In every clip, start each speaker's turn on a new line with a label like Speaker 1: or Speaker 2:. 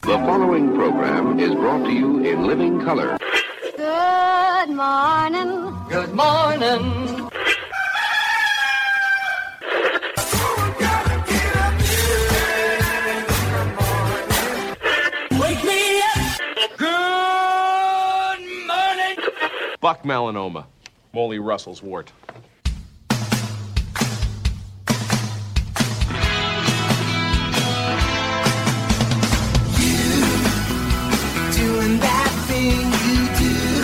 Speaker 1: The following program is brought to you in living color.
Speaker 2: Good morning.
Speaker 3: Good morning.
Speaker 4: Wake me up. Good morning.
Speaker 5: Buck melanoma, Molly Russell's wart.
Speaker 4: Doing that thing you do,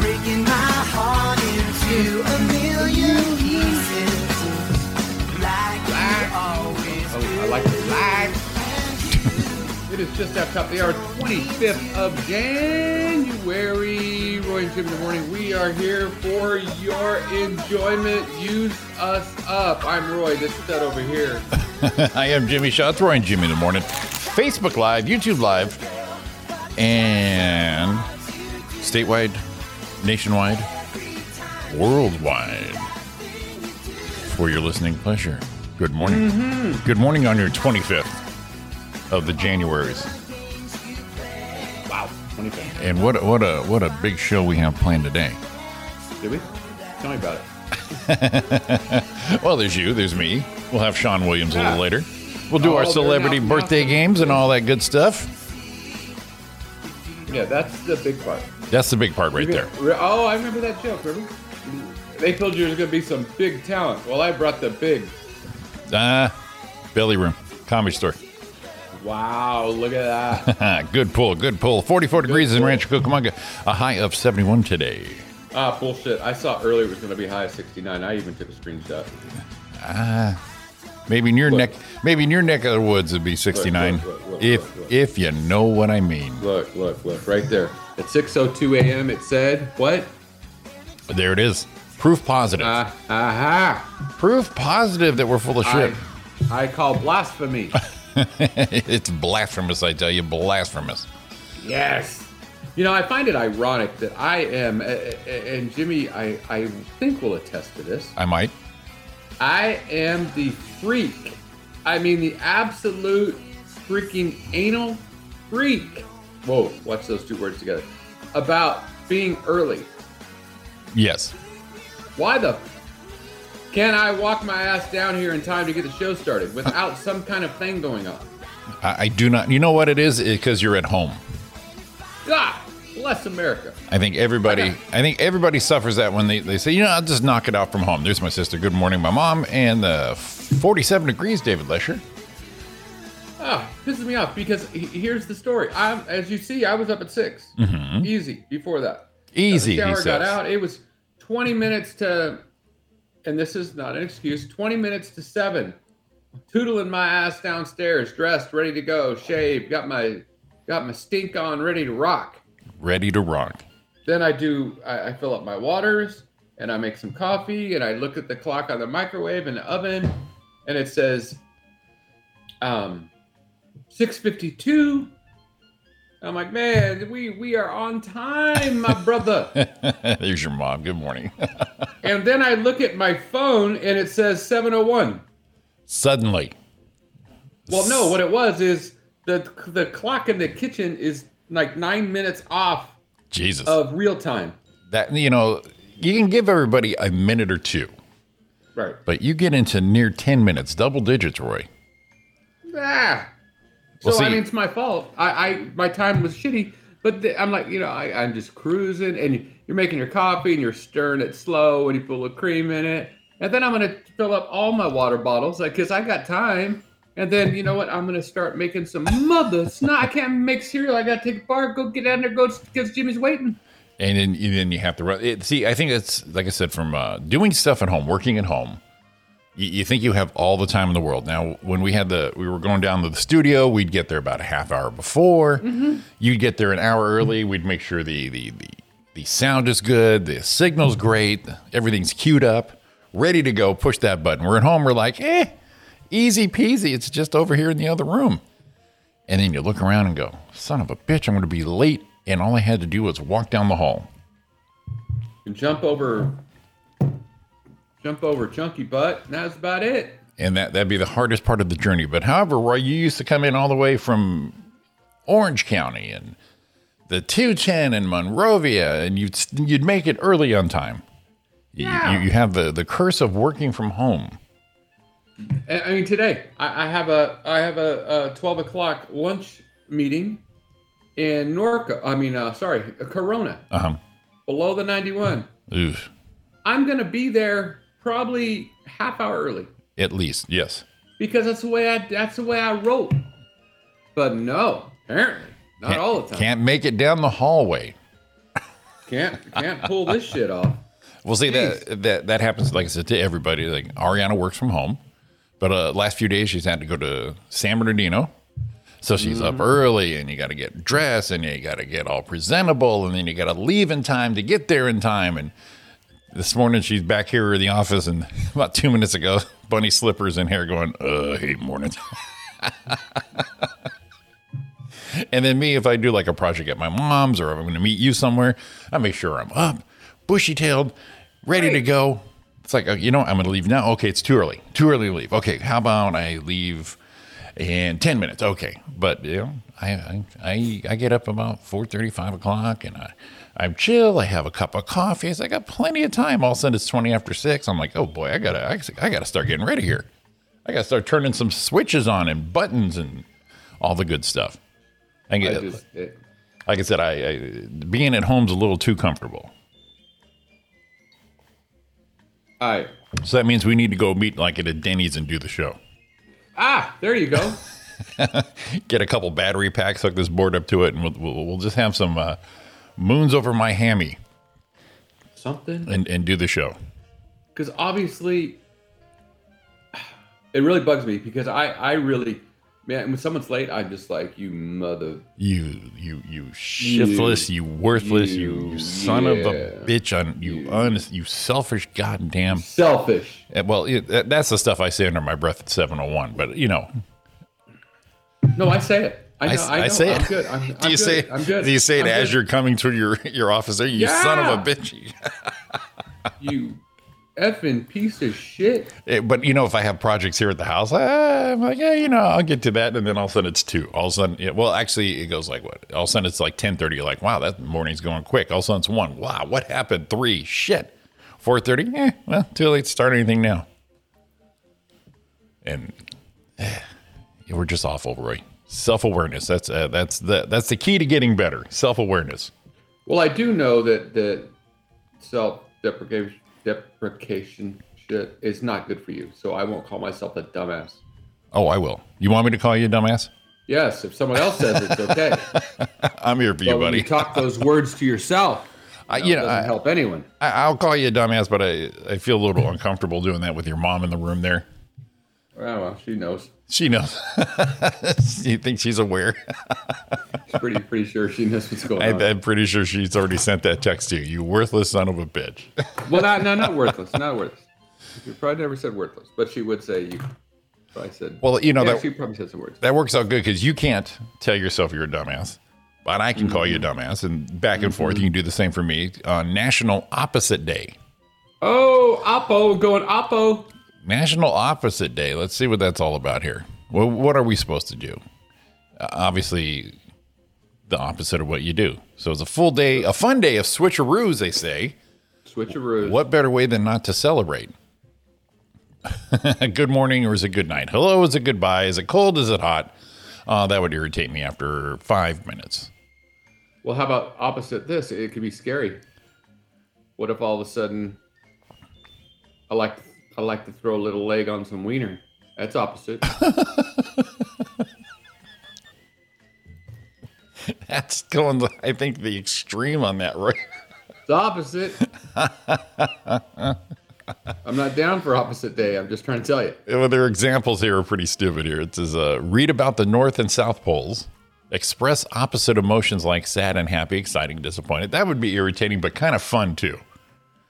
Speaker 4: breaking my heart into a million pieces, like you always do.
Speaker 6: I like the live. It is just after top of the hour, 25th of January. Roy and Jim in the morning. We are here for your enjoyment. Use us up. I'm Roy, this stud over here.
Speaker 7: I am Jimmy Shaw. It's Roy and Jimmy in the morning. Facebook Live, YouTube Live, and statewide, nationwide, worldwide for your listening pleasure. Good morning.
Speaker 6: Mm-hmm.
Speaker 7: Good morning on your 25th of the Januaries.
Speaker 6: Wow, 25th.
Speaker 7: And what a, what a what a big show we have planned today.
Speaker 6: Did we? Tell me about it.
Speaker 7: Well, there's you, there's me. We'll have Sean Williams a
Speaker 6: Yeah.
Speaker 7: little later. We'll do
Speaker 6: Ah. Oh,
Speaker 7: our
Speaker 6: they're
Speaker 7: celebrity
Speaker 6: now- now-
Speaker 7: birthday games and all that good stuff.
Speaker 6: Yeah, that's the big part.
Speaker 7: That's the big part right there.
Speaker 6: Re- Oh, I remember that joke, remember? They told you there was going to be some big talent. Well, I brought the big.
Speaker 7: Uh, belly room, comedy store.
Speaker 6: Wow, look at that.
Speaker 7: Ah, good pull, good pull. 44 degrees in Rancho Cucamonga, a high of 71 today.
Speaker 6: ah, bullshit. I saw earlier it was going to be high as 69. I even took a screenshot.
Speaker 7: Maybe in your
Speaker 6: Look.
Speaker 7: neck, maybe in your neck of the woods would be 69.
Speaker 6: look, look,
Speaker 7: if
Speaker 6: look, look.
Speaker 7: if you know what I mean.
Speaker 6: Look, look, look, right there. At 6:02 a.m. it said, "What?
Speaker 7: There it is. Proof positive.
Speaker 6: Uh, aha!
Speaker 7: Proof positive that we're full of
Speaker 6: I,
Speaker 7: shit.
Speaker 6: I call blasphemy."
Speaker 7: it's blasphemous, I tell you, blasphemous.
Speaker 6: yes. You know, I find it ironic that I am, uh, uh, and Jimmy, I, I think will attest to this.
Speaker 7: I might.
Speaker 6: I am the freak. I mean, the absolute freaking anal freak. Whoa! Watch those two words together. About being early.
Speaker 7: Yes.
Speaker 6: Why the f- can I walk my ass down here in time to get the show started without some kind of thing going on?
Speaker 7: I, I do not. You know what it is? Because you're at home.
Speaker 6: God bless America.
Speaker 7: I think everybody, I think everybody suffers that when they, they say, you know, I'll just knock it out from home. There's my sister. Good morning, my mom, and the 47 degrees, David Lesher.
Speaker 6: Ah, pisses me off because he- here's the story. I'm, as you see, I was up at 6 easy before that.
Speaker 7: Mm-hmm. Easy,
Speaker 6: The
Speaker 7: he
Speaker 6: shower got
Speaker 7: says.
Speaker 6: out. It was 20 minutes to, and this is not an excuse. 20 minutes to seven, tootling my ass downstairs, dressed, ready to go, shaved, got my got my stink on, ready to rock.
Speaker 7: Ready to rock.
Speaker 6: Then I do, I, I fill up my waters and I make some coffee and I look at the clock on the microwave and the oven and it says um, 6.52. I'm like, man, we, we are on time, my brother.
Speaker 7: There's your mom. Good morning.
Speaker 6: and then I look at my phone and it says 7.01.
Speaker 7: Suddenly,
Speaker 6: Well, no, what it was is the, the clock in the kitchen is like nine minutes off
Speaker 7: Jesus.
Speaker 6: of real time.
Speaker 7: that you know, you can give everybody a minute or two,
Speaker 6: Right.
Speaker 7: but you get into near 10 minutes, double digits, Roy.
Speaker 6: Ah. So
Speaker 7: Well, see-
Speaker 6: I mean, it's my fault. I, I my time was shitty, but th- I'm like, you know, I, I'm just cruising, and you- you're making your coffee, and you're stirring it slow, and you put a little cream in it, and then I'm gonna fill up all my water bottles, like, cause I got time. And then you know what? I'm gonna start making some mother snot. I can't make cereal. I gotta take a bar. Go get down there. Go because Jimmy's waiting.
Speaker 7: And then, and then you have to run. It, see, I think it's like I said, from uh, doing stuff at home, working at home, you, you think you have all the time in the world. Now, when we had the, we were going down to the studio, we'd get there about a half hour before. You'd get there an hour early. We'd make sure the the the, the sound is good, the signal's great, everything's queued up, ready to go. Push that button. We're at home. We're like, eh, easy peasy. It's just over here in the other room. And then you look around and go, son of a bitch, I'm going to be late. And all I had to do was walk down the hall.
Speaker 6: And jump over, jump over chunky butt. And that's about it.
Speaker 7: and that that'd be the hardest part of the journey. But however, Roy, you used to come in all the way from Orange County and the 210 in Monrovia, and you'd, you'd make it early on time. You- You, you have the, the curse of working from home.
Speaker 6: I I mean, today I, I have a I have a, a twelve o'clock lunch meeting in Norco. I mean, uh, sorry, Corona
Speaker 7: Uh huh.
Speaker 6: below the ninety one.
Speaker 7: Oof.
Speaker 6: I'm gonna be there probably half hour early
Speaker 7: At least, yes.
Speaker 6: because that's the way I that's the way I roll. But no, apparently not
Speaker 7: Can't-
Speaker 6: all the time.
Speaker 7: Can't make it down the hallway.
Speaker 6: can't can't pull this shit off.
Speaker 7: Well, see that that that happens. Like I said to everybody, like Ariana works from home, but uh, last few days she's had to go to San Bernardino, so she's up early, and you got to get dressed, and you got to get all presentable, and then you got to leave in time to get there in time. And this morning she's back here in the office, and about two minutes ago, bunny slippers and hair, going, "Uh, I hate mornings." And then me, if I do like a project at my mom's or if I'm going to meet you somewhere, I make sure I'm up, bushy tailed, ready to go. It's like, oh, you know, what? I'm going to leave now. Okay, it's too early. Too early to leave. Okay, how about I leave in 10 minutes? Okay. But, you know, I, I, I, I get up about 4.30, 5 o'clock and I, I'm chill. I have a cup of coffee. It's, I got plenty of time. All of a sudden it's 20 after 6. I'm like, oh boy, I got to, I, I got to start getting ready here. I got to start turning some switches on and buttons and all the good stuff. I
Speaker 6: I
Speaker 7: get,
Speaker 6: just it,
Speaker 7: like I said, I, I being at home's a little too comfortable.
Speaker 6: I
Speaker 7: So that means we need to go meet like at a Denny's and do the show.
Speaker 6: ah, there you go.
Speaker 7: Get a couple battery packs, hook this board up to it, and we'll, we'll, we'll just have some uh, moons over my hammy
Speaker 6: Something
Speaker 7: and, and do the show.
Speaker 6: because obviously it really bugs me because I I really man when someone's late I'm just like you mother
Speaker 7: You you you shiftless, you, worthless, you, you son of a
Speaker 6: yeah.
Speaker 7: bitch, on you un, you selfish goddamn.
Speaker 6: selfish
Speaker 7: Eh, Well, it, that- that's the stuff I say under my breath at seven oh one. But you know,
Speaker 6: no I say it I,
Speaker 7: I,
Speaker 6: know,
Speaker 7: s-
Speaker 6: I,
Speaker 7: I
Speaker 6: know.
Speaker 7: say
Speaker 6: I'm
Speaker 7: it.
Speaker 6: good I'm,
Speaker 7: do
Speaker 6: I'm
Speaker 7: you
Speaker 6: good.
Speaker 7: say
Speaker 6: I'm good
Speaker 7: Do you say it
Speaker 6: I'm
Speaker 7: as
Speaker 6: good.
Speaker 7: you're coming to your your office? There, you son of a
Speaker 6: Yeah.
Speaker 7: bitch.
Speaker 6: you effing piece of shit
Speaker 7: Eh, but you know, if I have projects here at the house, ah, I'm like, yeah, you know, I'll get to that, and then all of a sudden it's two. All of a sudden, yeah, well, actually, it goes like what? All of a sudden it's like ten thirty. You're like, wow, that morning's going quick. All of a sudden it's one. Wow, what happened? Three. Shit. Four thirty. Eh, well, too late to start anything now. And eh, we're just awful, Roy. Self awareness. That's uh, that's the that's the key to getting better. Self awareness.
Speaker 6: well I do know that that self deprecation deprecation shit is not good for you so I won't call myself a dumbass
Speaker 7: Oh, I will. You want me to call you a dumbass?
Speaker 6: yes if someone else says it's okay
Speaker 7: I'm here for you,
Speaker 6: but when
Speaker 7: buddy.
Speaker 6: you talk those words to yourself
Speaker 7: I,
Speaker 6: it
Speaker 7: you know,
Speaker 6: doesn't
Speaker 7: I,
Speaker 6: help anyone.
Speaker 7: I, I'll call you a dumbass, but I, I feel a little uncomfortable doing that with your mom in the room there.
Speaker 6: Oh, Well, well, she knows.
Speaker 7: She knows. you think she's aware?
Speaker 6: She's pretty pretty sure she knows what's going
Speaker 7: I,
Speaker 6: on.
Speaker 7: I'm pretty sure she's already sent that text to you. You worthless son of a bitch.
Speaker 6: Well, not no, not worthless, not worthless. She probably never said worthless, but she would say you. Probably said.
Speaker 7: Well, you know,
Speaker 6: yeah,
Speaker 7: that,
Speaker 6: she probably said some words.
Speaker 7: that works out good because you can't tell yourself you're a dumbass, but I can call you a dumbass and back and forth. You can do the same for me on National Opposite Day.
Speaker 6: Oh, Oppo, going Oppo.
Speaker 7: National Opposite Day. Let's see what that's all about here. Well, what are we supposed to do? Uh, obviously, the opposite of what you do. So it's a full day, a fun day of switcheroos, they say.
Speaker 6: Switcheroo.
Speaker 7: What better way than not to celebrate? good morning or is it good night? Hello is it goodbye? Is it cold? Is it hot? Uh, that would irritate me after five minutes.
Speaker 6: Well, how about opposite this? It could be scary. What if all of a sudden, I like I like to throw a little leg on some wiener. That's opposite.
Speaker 7: That's going, to, I think, the extreme on that, right?
Speaker 6: It's opposite. I'm not down for opposite day. I'm just trying to tell you.
Speaker 7: Well, their examples here are pretty stupid. Here it says, uh, "Read about the North and South Poles. Express opposite emotions like sad and happy, exciting, disappointed. That would be irritating, but kind of fun too.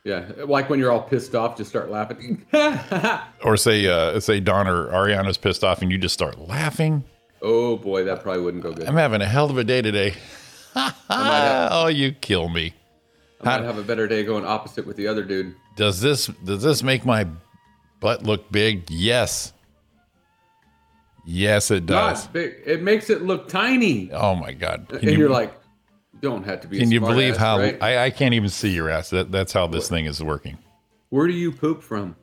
Speaker 6: Yeah, like when you're all pissed off, just start laughing.
Speaker 7: Or say, uh, say Don or Ariana's pissed off, and you just start laughing.
Speaker 6: oh boy, that probably wouldn't go good.
Speaker 7: I'm having a hell of a day today.
Speaker 6: have-
Speaker 7: oh, you kill me.
Speaker 6: I might have a better day going opposite with the other dude.
Speaker 7: Does this does this make my butt look big? Yes. Yes, it does.
Speaker 6: Not big. It makes it look tiny.
Speaker 7: Oh my God!
Speaker 6: and you, are like, don't have to be. a
Speaker 7: can you
Speaker 6: smart
Speaker 7: believe
Speaker 6: ass,
Speaker 7: how
Speaker 6: right?
Speaker 7: I, I can't even see your ass? That, that's how this thing is working.
Speaker 6: Where do you poop from?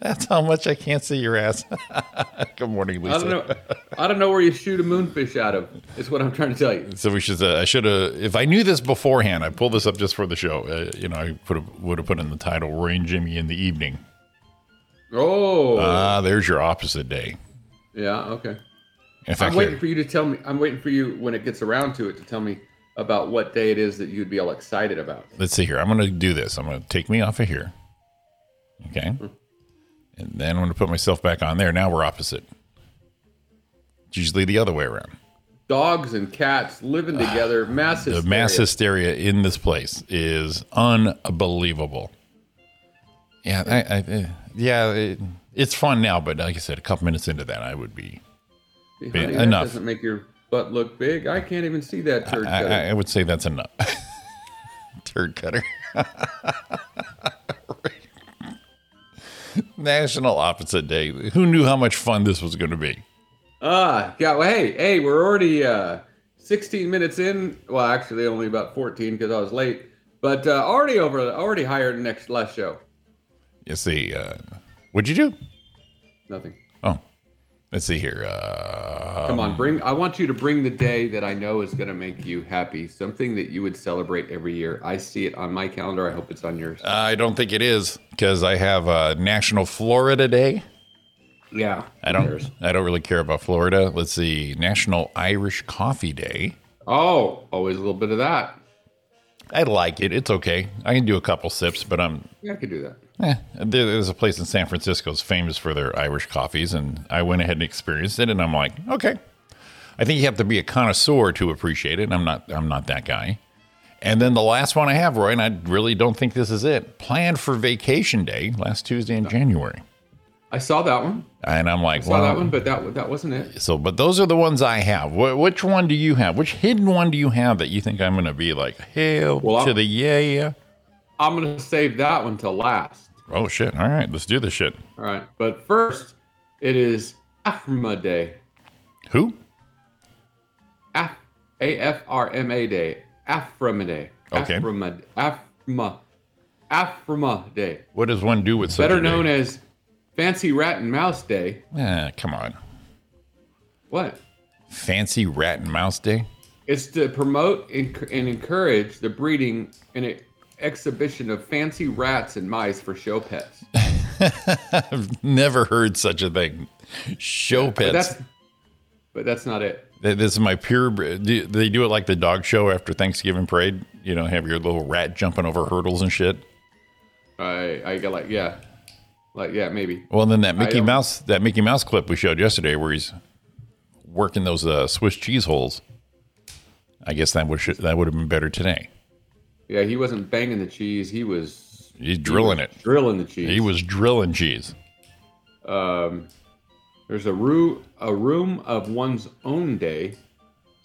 Speaker 7: That's how much I can't see your ass. Good morning,
Speaker 6: I don't
Speaker 7: Lisa.
Speaker 6: know. I don't know where you shoot a moonfish out of. Is what I'm trying to tell you.
Speaker 7: So we should. Uh, I should have. If I knew this beforehand, I pulled this up just for the show. Uh, you know, I would have would have put in the title "Roy and Jimmy in the Evening."
Speaker 6: Oh,
Speaker 7: Ah, there's your opposite day.
Speaker 6: yeah. Okay.
Speaker 7: In fact,
Speaker 6: I'm waiting
Speaker 7: here-
Speaker 6: for you to tell me. I'm waiting for you when it gets around to it to tell me about what day it is that you'd be all excited about.
Speaker 7: let's see here. I'm going to do this. I'm going to take me off of here. Okay.
Speaker 6: Hmm.
Speaker 7: And then I'm going to put myself back on there. Now we're opposite. It's usually the other way around.
Speaker 6: Dogs and cats living together. Mass
Speaker 7: Ah, The
Speaker 6: hysteria.
Speaker 7: mass hysteria in this place is unbelievable. Yeah, I, I, eh, yeah, it, it's fun now, but like I said, a couple minutes into that, I would be,
Speaker 6: Honey,
Speaker 7: been
Speaker 6: that
Speaker 7: enough.
Speaker 6: Doesn't make your butt look big. I can't even see that turd.
Speaker 7: I, I,
Speaker 6: cutter.
Speaker 7: I would say that's enough. Turd cutter. National opposite day. Who knew how much fun this was going to be?
Speaker 6: Ah, yeah. Well, hey, hey, we're already uh, 16 minutes in. Well, actually, only about 14 because I was late. But uh, already over, already higher than next last show.
Speaker 7: Let's see. Uh, what'd you do?
Speaker 6: Nothing.
Speaker 7: Oh, let's see here. Uh,
Speaker 6: Come on, bring. I want you to bring the day that I know is going to make you happy. Something that you would celebrate every year. I see it on my calendar. I hope it's on yours.
Speaker 7: I don't think it is because I have uh, National Florida Day.
Speaker 6: yeah.
Speaker 7: I don't. I don't really care about Florida. Let's see. National Irish Coffee Day.
Speaker 6: Oh, always a little bit of that.
Speaker 7: I like it. It's okay. I can do a couple sips, but I'm
Speaker 6: Yeah, I could do that.
Speaker 7: Eh, there- there's a place in San Francisco that's famous for their Irish coffees, and I went ahead and experienced it, and I'm like, okay. I think you have to be a connoisseur to appreciate it. And I'm not. I'm not that guy. And then the last one I have, Roy, and I really don't think this is it. Planned for Vacation Day last Tuesday in January,
Speaker 6: I saw that one.
Speaker 7: and I'm like,
Speaker 6: Saw
Speaker 7: well,
Speaker 6: that one, but that that wasn't it.
Speaker 7: so. But those are the ones I have. Wh- which one do you have? Which hidden one do you have that you think I'm going to be like, hell
Speaker 6: Well,
Speaker 7: to
Speaker 6: I'm-
Speaker 7: the yeah, yeah?
Speaker 6: I'm going to save that one till last.
Speaker 7: Oh shit! All right, let's do this shit.
Speaker 6: All right. But first, it is AFRMA Day.
Speaker 7: Who?
Speaker 6: Af- AFRMA Day. AFRMA Day.
Speaker 7: Okay.
Speaker 6: AFRMA. AFRMA. AFRMA Day.
Speaker 7: What does one do with such
Speaker 6: Better
Speaker 7: a day?
Speaker 6: known as Fancy Rat and Mouse Day.
Speaker 7: Eh, come on.
Speaker 6: What?
Speaker 7: Fancy Rat and Mouse Day?
Speaker 6: It's to promote enc- and encourage the breeding and e- exhibition of fancy rats and mice for show pets.
Speaker 7: I've never heard such a thing. Show
Speaker 6: But Uh,
Speaker 7: pets.
Speaker 6: that's, but that's not it.
Speaker 7: Th- This is my pure. do- They do it like the dog show after Thanksgiving parade. You know, have your little rat jumping over hurdles and shit.
Speaker 6: I I got like yeah, like yeah maybe.
Speaker 7: Well, then that Mickey
Speaker 6: don't-
Speaker 7: Mouse, that Mickey Mouse clip we showed yesterday, where he's working those uh, Swiss cheese holes. I guess that would that would have been better today.
Speaker 6: Yeah, he wasn't banging the cheese. He was
Speaker 7: He's drilling it.
Speaker 6: drilling the cheese.
Speaker 7: He was drilling cheese.
Speaker 6: um, there's a room a room of one's own day.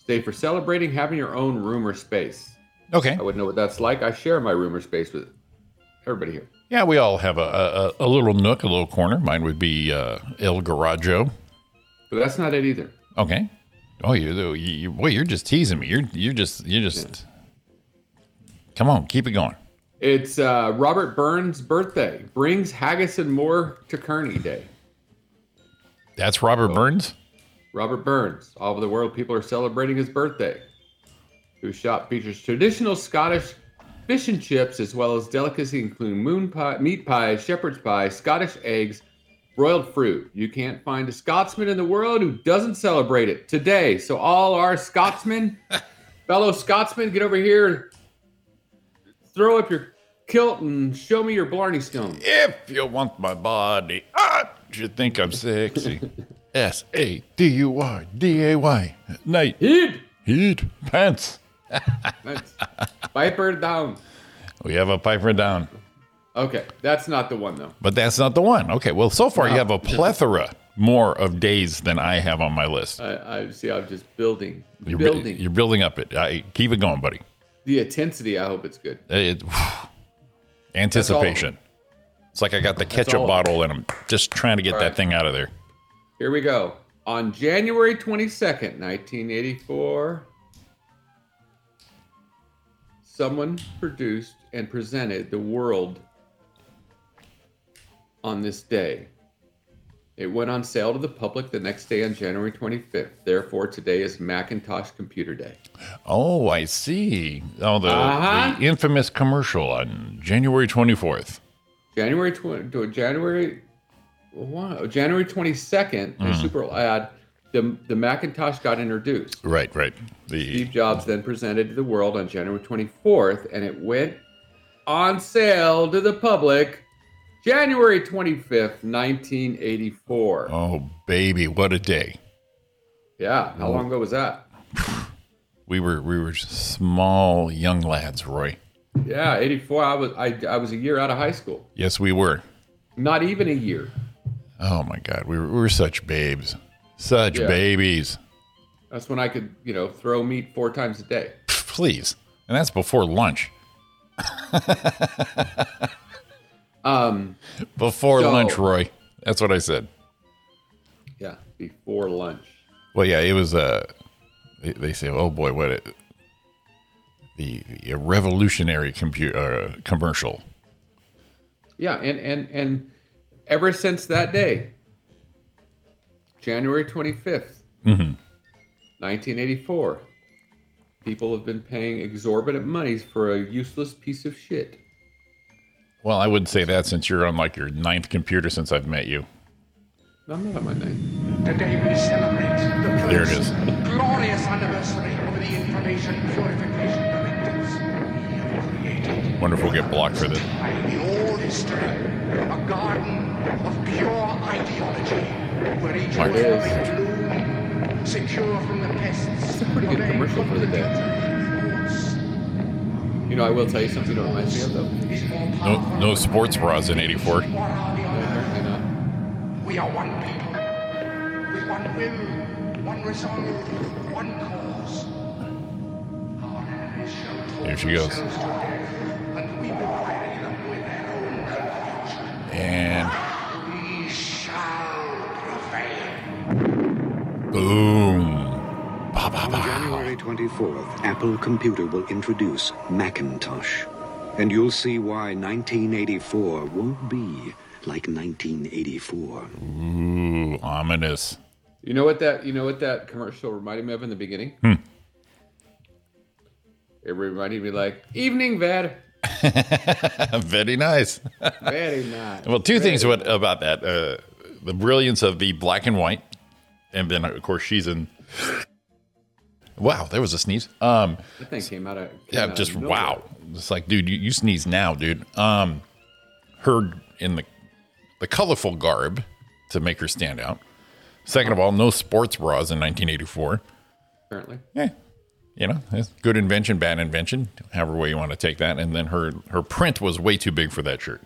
Speaker 6: Day for celebrating having your own room or space.
Speaker 7: Okay.
Speaker 6: I wouldn't know what that's like. I share my room or space with everybody here.
Speaker 7: Yeah, we all have a, a, a a little nook, a little corner. Mine would be uh, El Garaggio.
Speaker 6: But that's not it either.
Speaker 7: Okay. Oh, you, you, you boy, you're just teasing me. You're, you're just, you're just. Come on, keep it going.
Speaker 6: It's uh, Robert Burns' birthday. Brings haggis and more to Kearney Day.
Speaker 7: That's
Speaker 6: Oh.
Speaker 7: Robert Burns.
Speaker 6: Robert Burns. All over the world, people are celebrating his birthday. Whose shop features traditional Scottish fish and chips, as well as delicacy including moon pie, meat pie, shepherd's pie, Scottish eggs, broiled fruit. You can't find a Scotsman in the world who doesn't celebrate it today. So all our Scotsmen, fellow Scotsmen, get over here, throw up your kilt, and show me your Blarney Stone.
Speaker 7: If you want my body, ah, you think I'm sexy. S A D U R D A Y. Night
Speaker 6: Heed!
Speaker 7: heat pants.
Speaker 6: That's Viper down.
Speaker 7: We have a Piper down,
Speaker 6: Okay, that's not the one though.
Speaker 7: but that's not the one. Okay. Well, so far you have a plethora more of days than I have on my list.
Speaker 6: I, I see. I'm just building,
Speaker 7: You're bu-
Speaker 6: Uh, building
Speaker 7: You're building up it. I, keep it going, buddy.
Speaker 6: the intensity. I hope it's good.
Speaker 7: It- anticipation. It's like I got the ketchup
Speaker 6: all.
Speaker 7: bottle and I'm just trying to get that
Speaker 6: Right.
Speaker 7: thing out of there.
Speaker 6: Here we go. On January 22nd, 1984, someone produced and presented the world on this day. It went on sale to the public the next day on January 25th. Therefore, today is Macintosh Computer Day.
Speaker 7: Oh, I see. Oh, the,
Speaker 6: Uh-huh.
Speaker 7: the infamous commercial on January 24th.
Speaker 6: January twenty to January wow, January 22nd, in a Super Bowl ad, the, the Macintosh got introduced.
Speaker 7: Right, right. The
Speaker 6: Steve Jobs then presented to the world on January 24th, and it went on sale to the public January 25th, 1984.
Speaker 7: oh baby, what a day.
Speaker 6: Yeah, how long ago was that?
Speaker 7: We were we were just small young lads, Roy.
Speaker 6: Yeah, 84. I was I, I was a year out of high school.
Speaker 7: Yes, we were.
Speaker 6: Not even a year.
Speaker 7: Oh my God, we were, we were such babes, such
Speaker 6: Yeah.
Speaker 7: babies.
Speaker 6: That's when I could, you know, throw meat four times a day.
Speaker 7: Please, and that's before lunch.
Speaker 6: Um,
Speaker 7: Before
Speaker 6: So-
Speaker 7: lunch, Roy. That's what I said.
Speaker 6: yeah, before lunch.
Speaker 7: Well, yeah, it was. Uh, they, they say, oh boy, what it, the, the revolutionary computer uh, commercial.
Speaker 6: Yeah, and and and ever since that day, January twenty
Speaker 7: Mm-hmm.
Speaker 6: nineteen eighty four, people have been paying exorbitant monies for a useless piece of shit.
Speaker 7: Well, I wouldn't say that since you're on like your ninth computer since I've met you.
Speaker 6: I'm not on my name.
Speaker 8: Today we celebrate the
Speaker 7: There it is.
Speaker 8: glorious anniversary of the Information Purification Directives. We have created
Speaker 7: Wonder if we'll get blocked for this.
Speaker 8: in all history a garden of pure ideology where each
Speaker 7: Mark.
Speaker 8: one will be bloom, secure from the pests. It's
Speaker 6: a pretty good commercial for the day. You know, I will tell you something that reminds me of though.
Speaker 7: No, no sports bras in '84.
Speaker 8: What are we on earth?
Speaker 6: Apparently not.
Speaker 8: We are one people, with one will, one resolve, one cause. Our enemies shall talk
Speaker 7: Here she goes.
Speaker 8: themselves to death, and we will bury them with their own confusion.
Speaker 7: And
Speaker 8: We shall prevail.
Speaker 7: boom. Ba, ba,
Speaker 9: On
Speaker 7: ba.
Speaker 9: January 24th, Apple Computer will introduce Macintosh. And you'll see why 1984 won't be like 1984.
Speaker 7: Ooh, ominous.
Speaker 6: You know what that you know what that commercial reminded me of in the beginning?
Speaker 7: Hmm.
Speaker 6: It reminded me like evening Ved.
Speaker 7: Very nice.
Speaker 6: Very nice.
Speaker 7: Well, two things what, about that: uh, the brilliance of the black and white, and then of course she's in. Wow, there was a sneeze. Um,
Speaker 6: That thing came out of came
Speaker 7: yeah,
Speaker 6: out of
Speaker 7: just
Speaker 6: nowhere.
Speaker 7: wow. It's like, dude, you, you sneeze now, dude. Um, her in the the colorful garb to make her stand out. Second of all, no sports bras in 1984.
Speaker 6: Apparently.
Speaker 7: Yeah, you know, it's good invention, bad invention, however way you want to take that. And then her her print was way too big for that shirt.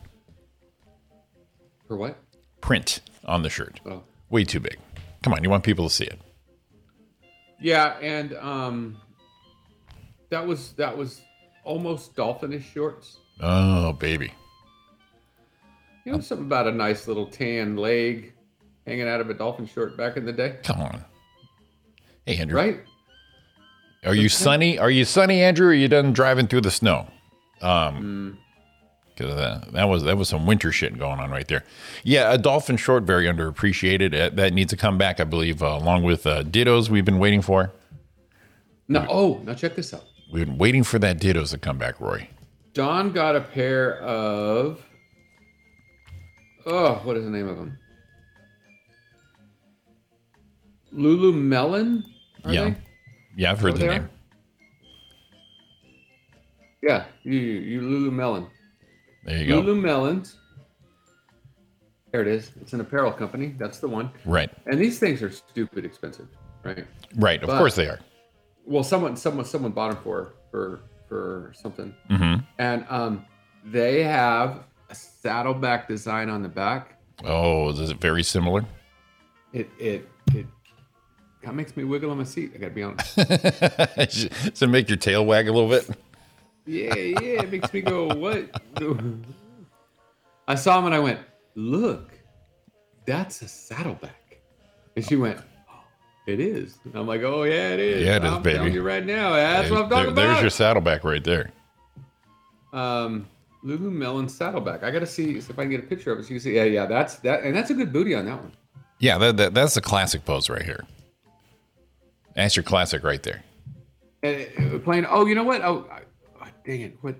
Speaker 6: For what?
Speaker 7: print on the shirt.
Speaker 6: Oh.
Speaker 7: Way too big. Come on, you want people to see it.
Speaker 6: Yeah, and um, that was that was almost dolphinish shorts.
Speaker 7: Oh, baby.
Speaker 6: You know something about a nice little tan leg hanging out of a dolphin short back in the day,
Speaker 7: Come on. Hey, Andrew.
Speaker 6: right?
Speaker 7: Are you sunny? Are you sunny, Andrew? Or are you done driving through the snow? Um,
Speaker 6: Mm.
Speaker 7: because that, that was that was some winter shit going on right there. Yeah, a dolphin short, very underappreciated. Uh, that needs to come back, I believe, uh, along with uh, dittos we've been waiting for.
Speaker 6: No, oh, now check this out.
Speaker 7: We've been waiting for that dittos to come back, Roy.
Speaker 6: Don got a pair of oh, what is the name of them? Lululemon. are
Speaker 7: yeah,
Speaker 6: they?
Speaker 7: yeah, I've heard
Speaker 6: Oh,
Speaker 7: the
Speaker 6: they
Speaker 7: name.
Speaker 6: are? yeah, you you Lululemon.
Speaker 7: There you go.
Speaker 6: Lululemon's. There it is. It's an apparel company. That's the one.
Speaker 7: Right,
Speaker 6: And these things are stupid expensive, right?
Speaker 7: right. Of
Speaker 6: But-
Speaker 7: course they are.
Speaker 6: Well, someone, someone, someone bought them for for for something,
Speaker 7: hmm
Speaker 6: and um, they have a saddleback design on the back.
Speaker 7: Oh, is it very similar?
Speaker 6: It it it kind of makes me wiggle on my seat. I gotta be honest.
Speaker 7: so make your tail wag a little bit.
Speaker 6: yeah, yeah, it makes me go what? I saw him and I went, look, that's a saddleback. And she went, "Oh, it is. And I'm like, oh yeah, it is.
Speaker 7: Yeah, it is,
Speaker 6: I'm
Speaker 7: baby.
Speaker 6: telling you right now, that's what I'm
Speaker 7: There-
Speaker 6: talking
Speaker 7: There's
Speaker 6: about.
Speaker 7: your saddleback right there.
Speaker 6: um, Lululemon saddleback. I gotta see if I can get a picture of it. So you can see, yeah, yeah, that's that, and that's a good booty on that one.
Speaker 7: Yeah, that, that that's the classic pose right here. That's your classic right there.
Speaker 6: uh, playing. Oh, you know what? Oh, I, oh, dang it! What?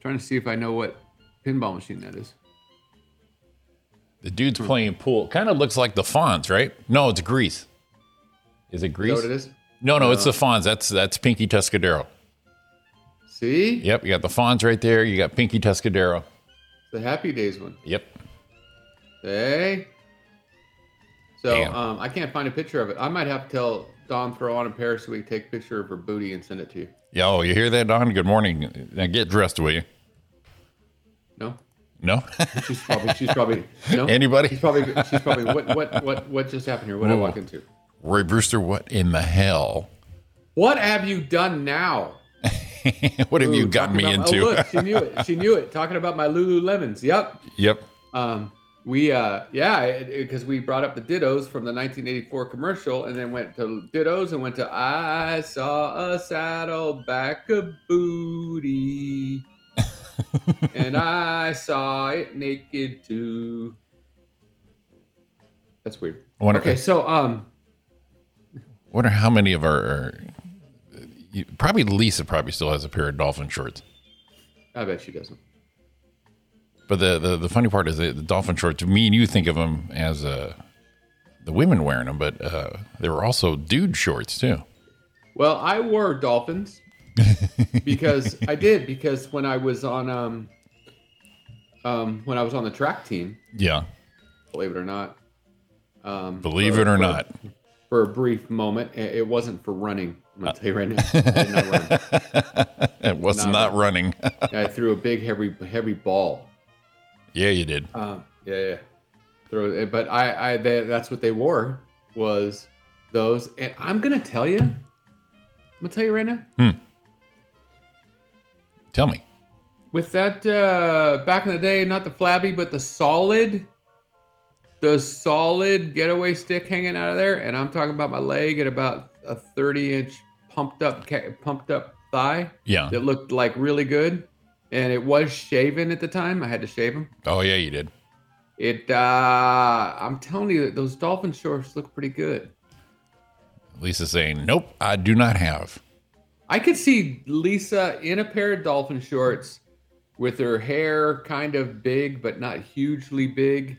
Speaker 6: Trying to see if I know what pinball machine that is.
Speaker 7: The dude's
Speaker 6: Hmm.
Speaker 7: playing pool. Kind of looks like the Fonz, right? No, it's Grease. Is it
Speaker 6: You
Speaker 7: Grease?
Speaker 6: know what it is?
Speaker 7: No, no, it's the Fonz. That's that's Pinky Tuscadero.
Speaker 6: See,
Speaker 7: Yep, you got the Fonz right there. You got Pinky Tuscadero.
Speaker 6: the Happy Days one.
Speaker 7: Yep.
Speaker 6: Hey. So
Speaker 7: Damn.
Speaker 6: um, I can't find a picture of it. I might have to tell Dawn throw on a pair so we can take a picture of her booty and send it to you.
Speaker 7: Yo, you hear that, Don? Good morning. Now get dressed, will you?
Speaker 6: No,
Speaker 7: No.
Speaker 6: she's probably she's probably no
Speaker 7: Anybody?
Speaker 6: She's probably she's probably what what what what just happened here? What did I
Speaker 7: Whoa.
Speaker 6: walk into?
Speaker 7: Roy Brewster, what in the hell?
Speaker 6: What have you done now?
Speaker 7: what have you
Speaker 6: Ooh,
Speaker 7: gotten me
Speaker 6: talking about-
Speaker 7: into?
Speaker 6: Oh, look, she knew it. She knew it. Talking about my Lululemons. Yep.
Speaker 7: yep.
Speaker 6: Um, we, uh, yeah, because we brought up the Dittos from the 1984 commercial, and then went to Dittos and went to I saw a saddleback of booty, and I saw it naked too. That's weird.
Speaker 7: I wonder-
Speaker 6: Okay, so um,
Speaker 7: Wonder how many of our, our you, probably Lisa probably still has a pair of dolphin shorts.
Speaker 6: I bet she doesn't.
Speaker 7: But the the, the funny part is that the dolphin shorts. Me and you think of them as uh, the women wearing them, but uh, there were also dude shorts too.
Speaker 6: Well, I wore dolphins because I did because when I was on um um when I was on the track team,
Speaker 7: Yeah,
Speaker 6: believe it or not, um,
Speaker 7: believe
Speaker 6: for-
Speaker 7: it or
Speaker 6: for-
Speaker 7: not.
Speaker 6: for a brief moment, i- it wasn't for running. I'm gonna tell you right now, I, did not run.
Speaker 7: It was
Speaker 6: Nah,
Speaker 7: not, running.
Speaker 6: I threw a big heavy heavy ball.
Speaker 7: yeah, you did.
Speaker 6: Um, yeah, yeah. Throw it, but I, I they, that's what they wore was those, and I'm gonna tell you, I'm gonna tell you right now.
Speaker 7: Tell me.
Speaker 6: with that uh back in the day not the flabby but the solid the solid getaway stick hanging out of there and i'm talking about my leg at about a 30 inch pumped up ca- pumped up thigh
Speaker 7: Yeah.
Speaker 6: that looked like really good and it was shaven at the time i had to shave them
Speaker 7: Oh yeah, you did.
Speaker 6: it uh i'm telling you that those dolphin shorts look pretty good
Speaker 7: Lisa saying, "Nope, I do not have."
Speaker 6: I could see Lisa in a pair of dolphin shorts with her hair kind of big but not hugely big,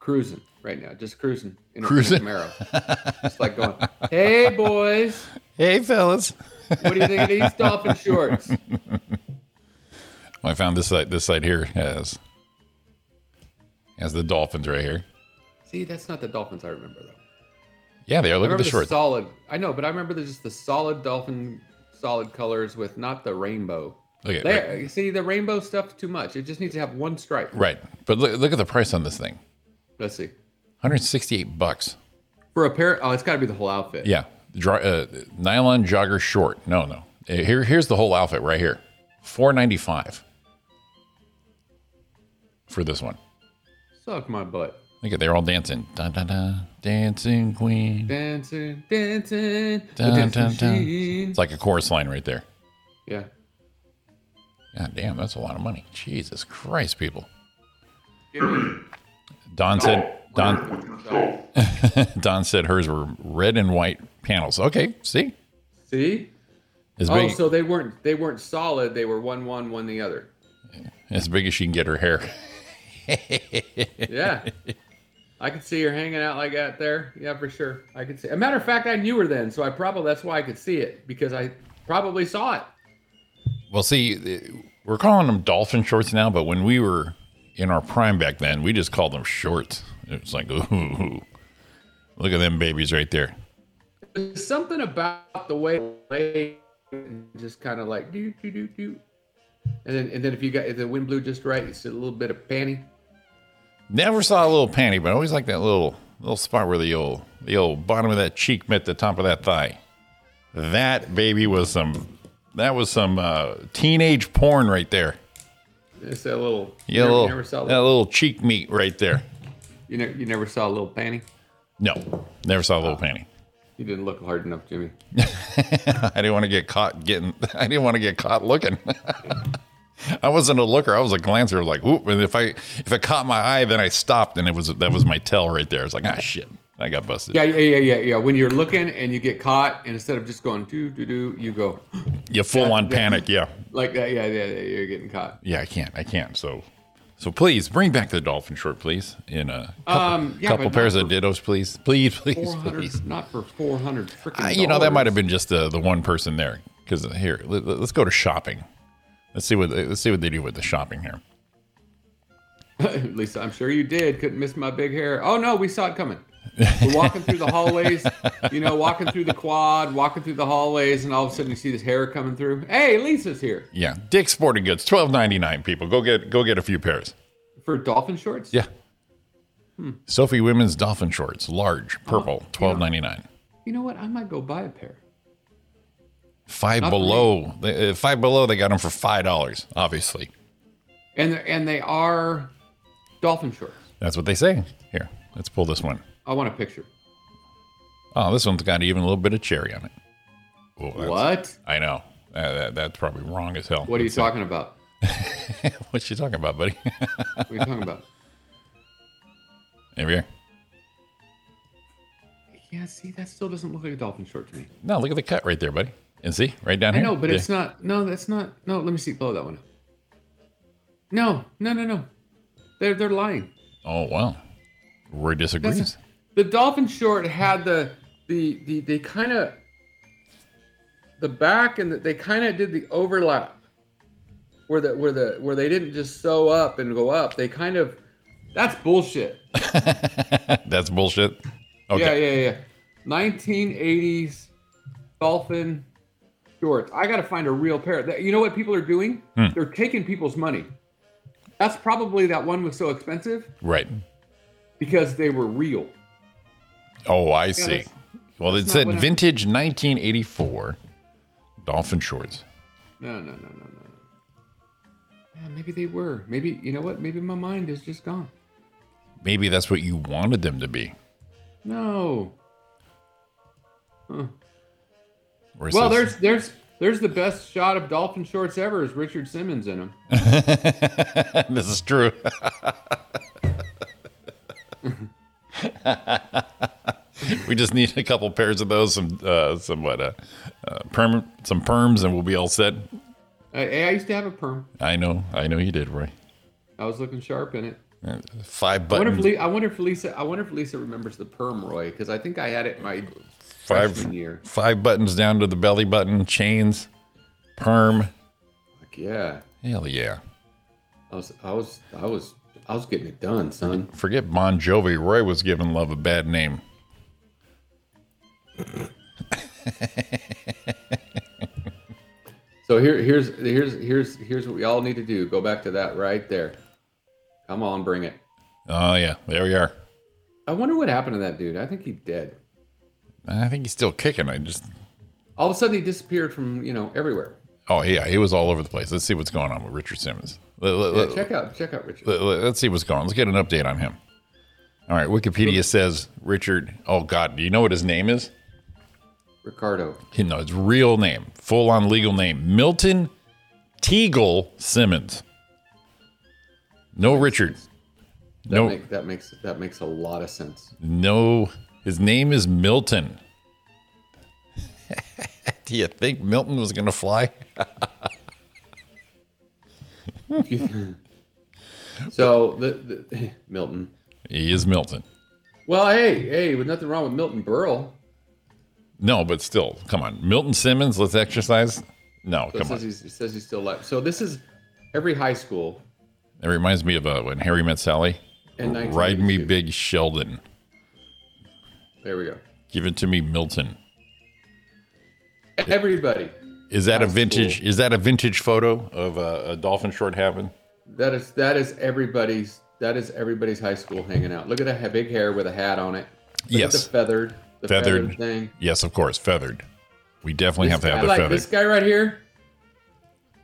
Speaker 6: cruising right now, just cruising in a,
Speaker 7: Cruising?
Speaker 6: in a Camaro. just like going, "Hey boys,
Speaker 7: Hey, fellas.
Speaker 6: what do you think of these dolphin shorts?"
Speaker 7: Oh, I found this site. This site here has has the dolphins right here.
Speaker 6: See, that's not the dolphins I remember though.
Speaker 7: Yeah, they are.
Speaker 6: I
Speaker 7: Look at
Speaker 6: remember
Speaker 7: the shorts.
Speaker 6: solid. I know, but I remember there's just the solid dolphin, solid colors with not the rainbow.
Speaker 7: Look at
Speaker 6: There, you see the rainbow stuff's too much. It just needs to have one stripe.
Speaker 7: Right. But look, look at the price on this thing.
Speaker 6: Let's see.
Speaker 7: 168 bucks.
Speaker 6: For a pair, oh, it's got to be the whole outfit.
Speaker 7: Yeah. Dry, uh, nylon jogger short. No, no. Uh, Here here's the whole outfit right here. 495 for this one.
Speaker 6: Suck my butt.
Speaker 7: Look at they're all dancing. Dun, dun, dun. Dancing queen.
Speaker 6: Dancing, dancing, the
Speaker 7: Dun,
Speaker 6: dancing
Speaker 7: dun, dun.
Speaker 6: machine.
Speaker 7: It's like a chorus line right there.
Speaker 6: Yeah.
Speaker 7: God damn, that's a lot of money. Jesus Christ, people.
Speaker 6: Give me-
Speaker 7: Don said Don Don said hers were red and white panels. Okay, see?
Speaker 6: See?
Speaker 7: As
Speaker 6: Oh,
Speaker 7: big,
Speaker 6: so they weren't they weren't solid. They were one one one the other.
Speaker 7: as big as she can get her hair.
Speaker 6: Yeah. I could see her hanging out like that there. Yeah, for sure. I could see. A matter of fact, I knew her then, so I probably that's why I could see it because I probably saw it.
Speaker 7: Well, see, th- we're calling them dolphin shorts now, but when we were in our prime back then, we just called them shorts. It was like, ooh, look at them babies right there.
Speaker 6: There's something about the way they just kind of like do do do do, and then and then if you got if the wind blew just right, it's a little bit of panty.
Speaker 7: Never saw a little panty, but I always like that little little spot where the old the old bottom of that cheek met the top of that thigh. That baby was some that was some uh, teenage porn right there.
Speaker 6: It's that little. you
Speaker 7: Yeah,
Speaker 6: never-
Speaker 7: little,
Speaker 6: you never saw
Speaker 7: that
Speaker 6: that.
Speaker 7: little cheek meat right there.
Speaker 6: You never, you never saw a little panty.
Speaker 7: No, never saw a little panty.
Speaker 6: You didn't look hard enough, Jimmy.
Speaker 7: I didn't want to get caught getting. I didn't want to get caught looking. I wasn't a looker. I was a glancer. Like, whoop! And if I if it caught my eye, then I stopped, and it was that was my tell right there. It's like, ah, shit, I got busted.
Speaker 6: Yeah, yeah, yeah, yeah, yeah. When you're looking and you get caught, and instead of just going do do do, you go
Speaker 7: you full on panic. Yeah,
Speaker 6: like that. Yeah, yeah, yeah. You're getting caught.
Speaker 7: yeah. I can't. I can't. So, so please bring back the dolphin short, please. In a couple,
Speaker 6: Um, yeah,
Speaker 7: couple
Speaker 6: but not
Speaker 7: pairs
Speaker 6: for
Speaker 7: of dittos, please, please, please,
Speaker 6: Four
Speaker 7: please.
Speaker 6: hundred, not for four hundred freaking.
Speaker 7: Uh, you know, that might have been just the the one person there. Because here, let, us go to shopping. Let's see what let's see what they do with the shopping here.
Speaker 6: At least I'm sure you did. Couldn't miss my big hair. Oh no, we saw it coming. We're walking through the hallways, you know, walking through the quad, walking through the hallways, and all of a sudden you see this hair coming through. Hey, Lisa's here
Speaker 7: Yeah, Dick Sporting Goods, twelve ninety nine. People, go get go get a few pairs.
Speaker 6: for dolphin shorts.
Speaker 7: Yeah. Sophie women's dolphin shorts,
Speaker 6: Uh-huh.
Speaker 7: large, purple, twelve ninety nine.
Speaker 6: You know what? I might go buy a pair.
Speaker 7: Five
Speaker 6: Not for me.
Speaker 7: below, they, uh, five below. They got them for five dollars. Obviously,
Speaker 6: And and they are dolphin shorts.
Speaker 7: that's what they say. Here, let's pull this one.
Speaker 6: I want a picture.
Speaker 7: Oh, this one's got even a little bit of cherry on it. Oh,
Speaker 6: What?
Speaker 7: that's- I know. Uh, that, that's probably wrong as hell.
Speaker 6: What are you talking about?
Speaker 7: What's she talking about, buddy?
Speaker 6: What are you talking about?
Speaker 7: Over here.
Speaker 6: Yeah, see, that still doesn't look like a dolphin short to me.
Speaker 7: No, look at the cut right there, buddy. And see, right down
Speaker 6: I
Speaker 7: here.
Speaker 6: know, but
Speaker 7: Yeah.
Speaker 6: it's not. No, that's not. No, let me see. Blow that one up. No, no, no, no. They're they're lying.
Speaker 7: Oh wow, Roy disagrees.
Speaker 6: That's- the dolphin short had the the the they kind of the back and the, they kind of did the overlap where the where the where they didn't just sew up and go up. They kind of that's bullshit.
Speaker 7: That's bullshit.
Speaker 6: Yeah,
Speaker 7: Okay.
Speaker 6: yeah, yeah. Nineteen eighties dolphin shorts. I gotta find a real pair. That- You know what people are doing? They're taking people's money. That's probably that one was so expensive
Speaker 7: Right.
Speaker 6: because they were real.
Speaker 7: Oh, I see.
Speaker 6: that's-
Speaker 7: well, it
Speaker 6: not
Speaker 7: said
Speaker 6: what I-
Speaker 7: vintage 1984 dolphin shorts.
Speaker 6: No, no, no, no, no. no. Yeah, maybe they were. Maybe you know what? Maybe my mind is just gone.
Speaker 7: Maybe that's what you wanted them to be.
Speaker 6: No. Huh.
Speaker 7: Or it
Speaker 6: Well,
Speaker 7: says-
Speaker 6: there's there's there's the best shot of dolphin shorts ever is Richard Simmons in them.
Speaker 7: this is true. we just need a couple pairs of those, some uh, some what, uh, uh, perm, some perms, and we'll be all set.
Speaker 6: I, I used to have a perm.
Speaker 7: I know, I know you did, Roy.
Speaker 6: I was looking sharp in it.
Speaker 7: Uh, Five
Speaker 6: I wonder,
Speaker 7: buttons,
Speaker 6: if Lisa, I wonder if Lisa. I wonder if Lisa remembers the perm, Roy, because I think I had it my freshman
Speaker 7: five,
Speaker 6: year.
Speaker 7: five buttons down to the belly button, chains, perm.
Speaker 6: Like, yeah,
Speaker 7: Hell yeah.
Speaker 6: I was, I was, I was, I was getting it done, son.
Speaker 7: Forget Bon Jovi. Roy was giving love a bad name.
Speaker 6: So here, here's, here's, here's, here's what we all need to do. Go back to that right there. Come on, bring it.
Speaker 7: Oh yeah, there we are.
Speaker 6: I wonder what happened to that dude. I think he's dead.
Speaker 7: I think he's still kicking. I just
Speaker 6: All of a sudden, he disappeared from you know everywhere.
Speaker 7: oh yeah, he was all over the place. Let's see what's going on with Richard Simmons. Let,
Speaker 6: Yeah, check out, check out Richard.
Speaker 7: us see what's going on. Let's get an update on him. All right, Wikipedia says Richard. Oh God, do you know what his name is?
Speaker 6: Ricardo.
Speaker 7: He- No, his real name, full on legal name, Milton Teagle Simmons. No Richard.
Speaker 6: That,
Speaker 7: No,
Speaker 6: make, that makes that makes a lot of sense.
Speaker 7: No, his name is Milton. Do you think Milton was going to fly?
Speaker 6: So the, the Milton.
Speaker 7: He is Milton.
Speaker 6: Well, hey, hey, with nothing wrong with Milton Berle.
Speaker 7: No, but still, come on. Milton Simmons, let's exercise. No,
Speaker 6: So it
Speaker 7: come
Speaker 6: says
Speaker 7: on.
Speaker 6: he's, it says he's still alive. So this is every high school.
Speaker 7: That reminds me of uh, when Harry met Sally.
Speaker 6: In
Speaker 7: Ride me
Speaker 6: 1982.
Speaker 7: big Sheldon.
Speaker 6: There we go.
Speaker 7: Give it to me Milton.
Speaker 6: Everybody.
Speaker 7: Is that a
Speaker 6: That's
Speaker 7: vintage is that a vintage photo of uh, a dolphin short having?
Speaker 6: That is that is everybody's that is everybody's high school hanging out. Look at that big hair with a hat on it. Look
Speaker 7: Yes.
Speaker 6: At the feathered. The feathered.
Speaker 7: Feathered.
Speaker 6: thing.
Speaker 7: Yes, of course, feathered. We definitely have to
Speaker 6: This
Speaker 7: have
Speaker 6: guy-
Speaker 7: the
Speaker 6: like
Speaker 7: feathered.
Speaker 6: This guy right here.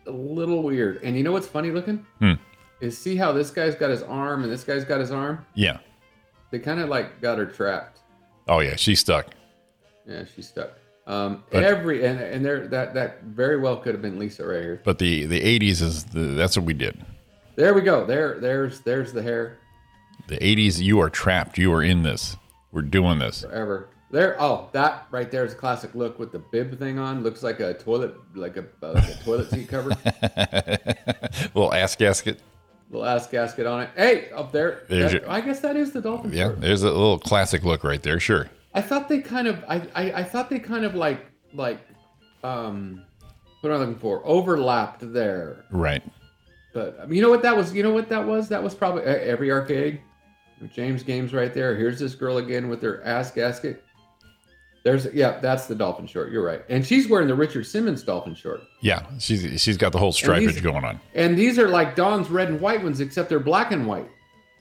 Speaker 6: A little weird. And you know what's funny looking?
Speaker 7: Hmm.
Speaker 6: is see how this guy's got his arm and this guy's got his arm?
Speaker 7: Yeah.
Speaker 6: They kind of like got her trapped.
Speaker 7: Oh yeah, she's stuck.
Speaker 6: Yeah, she's stuck. Um,
Speaker 7: But-
Speaker 6: every and and there that that very well could have been Lisa right here.
Speaker 7: But the the 80s is the, that's what we did.
Speaker 6: There we go. There there's there's the hair
Speaker 7: The 80s, you are trapped. You are in this. We're doing this.
Speaker 6: forever. There oh that right there is a classic look with the bib thing on. Looks like a toilet like a, uh, like a toilet seat cover.
Speaker 7: Little ass gasket.
Speaker 6: Little ass gasket on it. Hey up there.
Speaker 7: There's
Speaker 6: that-
Speaker 7: your-
Speaker 6: I guess that is the dolphin.
Speaker 7: Yeah,
Speaker 6: shirt.
Speaker 7: there's a little classic look right there. Sure.
Speaker 6: I thought they kind of I, I, I thought they kind of like like um what am I looking for? Overlapped there.
Speaker 7: Right.
Speaker 6: But um, you know what that was? You know what that was? That was probably uh, every arcade. James games right there. Here's this girl again with her ass gasket. There's yeah, that's the dolphin short. You're right, and she's wearing the Richard Simmons dolphin short.
Speaker 7: Yeah, she's she's got the whole
Speaker 6: these-
Speaker 7: stripage going on.
Speaker 6: And these are like Dawn's red and white ones, except they're black and white.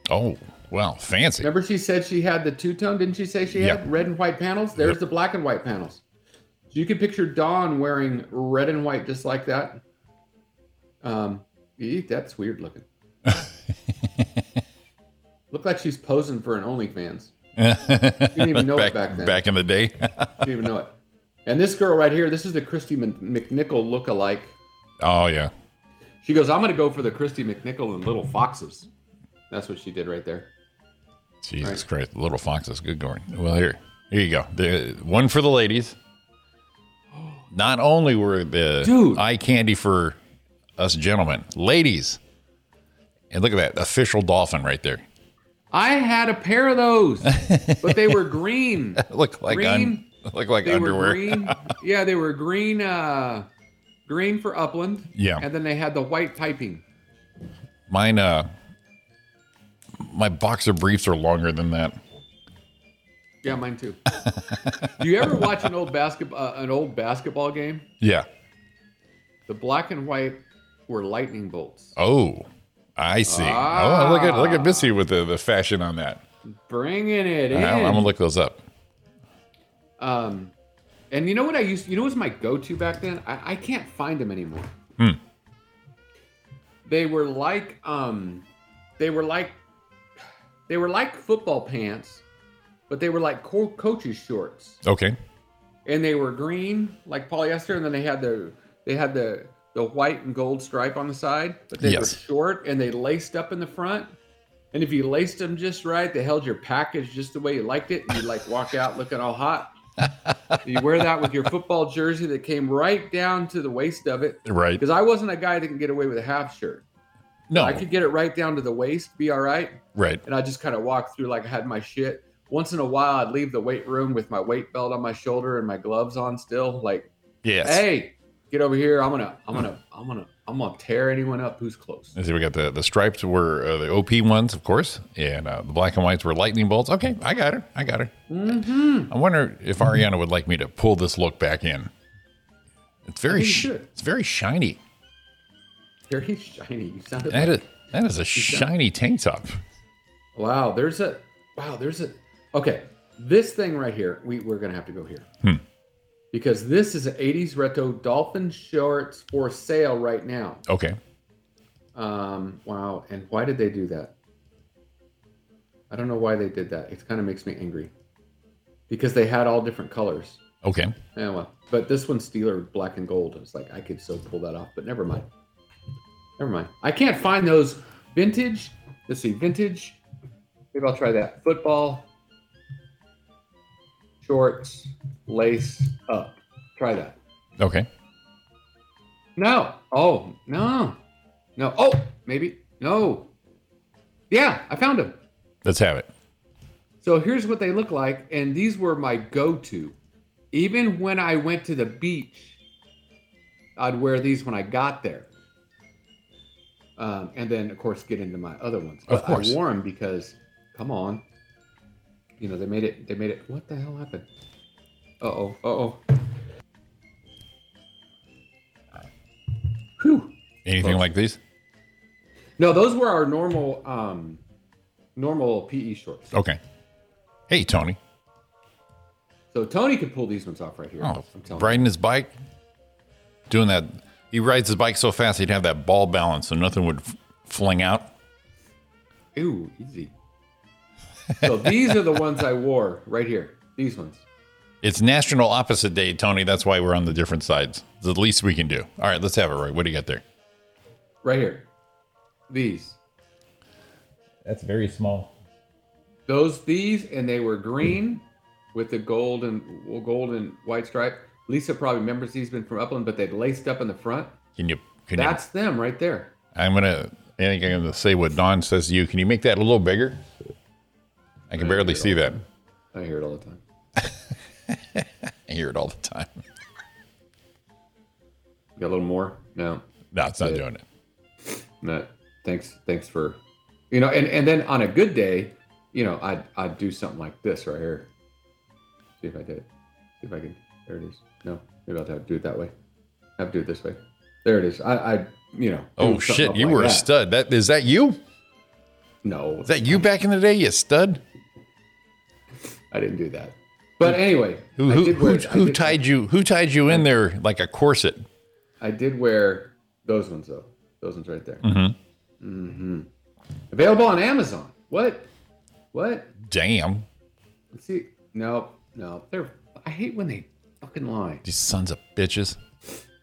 Speaker 7: Oh, well, fancy.
Speaker 6: Remember, she said she had the two tone. Didn't she say she
Speaker 7: Yep.
Speaker 6: had red and white panels? There's the black and white panels. So you can picture Dawn wearing red and white just like that. Um, ee, that's weird looking. Look like she's posing for an OnlyFans. didn't even know it back then.
Speaker 7: in the day.
Speaker 6: Didn't even know it. And this girl right here, this is the Christy Mc- McNichol look-alike.
Speaker 7: oh yeah.
Speaker 6: She goes, "I'm going to go for the Christy McNichol and Little Foxes." That's what she did right there.
Speaker 7: Jesus Christ, little foxes. Good going. Well, here, here you go. The, one for the ladies. Not only were the
Speaker 6: Dude.
Speaker 7: eye candy for us gentlemen, ladies, and look at that official dolphin right there.
Speaker 6: I had a pair of those, but they were green.
Speaker 7: Look like un, look like
Speaker 6: they
Speaker 7: underwear.
Speaker 6: were green. yeah, they were green. Uh, green for upland.
Speaker 7: Yeah.
Speaker 6: and then they had the white piping.
Speaker 7: Mine, uh, my boxer briefs are longer than that.
Speaker 6: Yeah, mine too. Do you ever watch an old basketball uh, an old basketball game?
Speaker 7: Yeah.
Speaker 6: The black and white were lightning bolts.
Speaker 7: Oh, I see.
Speaker 6: Ah.
Speaker 7: Oh, look at look at Missy with the, the fashion on that.
Speaker 6: Bringing it in.
Speaker 7: I- I'm gonna look those up.
Speaker 6: Um, and you know what I used? You know what was my go-to back then? I, I can't find them anymore. They were like, um, they were like, they were like football pants, but they were like co- coach's shorts,
Speaker 7: Okay.
Speaker 6: and they were green like polyester, and then they had the they had the the white and gold stripe on the side, but they were
Speaker 7: Yes.
Speaker 6: short and they laced up in the front. And if you laced them just right, they held your package just the way you liked it. And you like walk out looking all hot. You wear that with your football jersey that came right down to the waist of it.
Speaker 7: Right.
Speaker 6: Because I wasn't a guy that can get away with a half shirt.
Speaker 7: No.
Speaker 6: I could get it right down to the waist, be all right.
Speaker 7: right.
Speaker 6: And I just kind of walked through like I had my shit. Once in a while, I'd leave the weight room with my weight belt on my shoulder and my gloves on still. Like,
Speaker 7: Yes.
Speaker 6: hey, get over here. I'm gonna, I'm gonna, I'm gonna, I'm gonna tear anyone up who's close.
Speaker 7: Let's see, we got the the stripes were uh, the OP ones, of course, and uh, the black and whites were lightning bolts. Okay, I got it. I got it. Mm-hmm. I wonder if Ariana would like me to pull this look back in. It's very
Speaker 6: think you
Speaker 7: sh-
Speaker 6: should.
Speaker 7: it's very shiny.
Speaker 6: Very shiny. You sounded
Speaker 7: That
Speaker 6: like
Speaker 7: is that is a shiny tank top.
Speaker 6: Wow, there's a wow, there's a okay. This thing right here, we we're gonna have to go here because this is an '80s retro dolphin shorts for sale right now.
Speaker 7: Okay.
Speaker 6: Um, wow, and why did they do that? I don't know why they did that. It kind of makes me angry because they had all different colors.
Speaker 7: Okay.
Speaker 6: Yeah, well, but this one's Steeler black and gold. It's like I could so pull that off, but never mind. Never mind. I can't find those vintage. Let's see, vintage. Maybe I'll try that. Football shorts, lace up. Try that.
Speaker 7: Okay.
Speaker 6: No. Oh no. No. Oh, maybe no. Yeah, I found them.
Speaker 7: Let's have it.
Speaker 6: So here's what they look like, and these were my go-to. Even when I went to the beach, I'd wear these when I got there, um, and then of course get into my other ones.
Speaker 7: Of
Speaker 6: But
Speaker 7: course.
Speaker 6: I wore them because, come on, you know they made it. They made it. What the hell happened? Uh oh. Uh oh. Whew.
Speaker 7: Anything like these?
Speaker 6: No, those were our normal, um, normal PE shorts.
Speaker 7: Okay. Hey Tony.
Speaker 6: So Tony could pull these ones off right here.
Speaker 7: Oh,
Speaker 6: I'm telling you.
Speaker 7: riding his bike, doing that. He rides his bike so fast he'd have that ball balance, so nothing would f- fling out.
Speaker 6: Ooh, easy. So these are the ones I wore right here. These ones.
Speaker 7: It's National Opposite Day, Tony. That's why we're on the different sides. It's the least we can do. All right, let's have it right. What do you got there?
Speaker 6: Right here. These.
Speaker 7: That's very small.
Speaker 6: Those these and they were green with the gold and well, gold and white stripe. Lisa probably remembers these been from Upland, but they'd laced up in the front.
Speaker 7: Can you? Can you?
Speaker 6: That's them right there.
Speaker 7: I'm gonna. I think I'm gonna say what Don says to you. Can you make that a little bigger? I can barely see that.
Speaker 6: I hear it all the time.
Speaker 7: I hear it all the time.
Speaker 6: You got a little more? No.
Speaker 7: No, it's not doing it.
Speaker 6: No. Thanks. Thanks for you know, and, and then on a good day, you know, I'd I'd do something like this right here. See if I did it. See if I can there it is. No, maybe I'll have to do it that way. I have to do it this way. There it is. I, I you know.
Speaker 7: Oh
Speaker 6: do something
Speaker 7: shit!
Speaker 6: up
Speaker 7: You
Speaker 6: like
Speaker 7: were a
Speaker 6: that.
Speaker 7: stud. That is that you?
Speaker 6: No,
Speaker 7: Is that you back in the day? You stud?
Speaker 6: I didn't do that. But anyway,
Speaker 7: Who
Speaker 6: I
Speaker 7: who
Speaker 6: did wear-
Speaker 7: who,
Speaker 6: I
Speaker 7: who
Speaker 6: did-
Speaker 7: tied you? Who tied you in there like a corset?
Speaker 6: I did wear those ones though. Those ones right there. Mm-hmm. Available on Amazon. What? What?
Speaker 7: Damn!
Speaker 6: Let's see. No, no. They're. I hate when they fucking lie.
Speaker 7: These sons of bitches.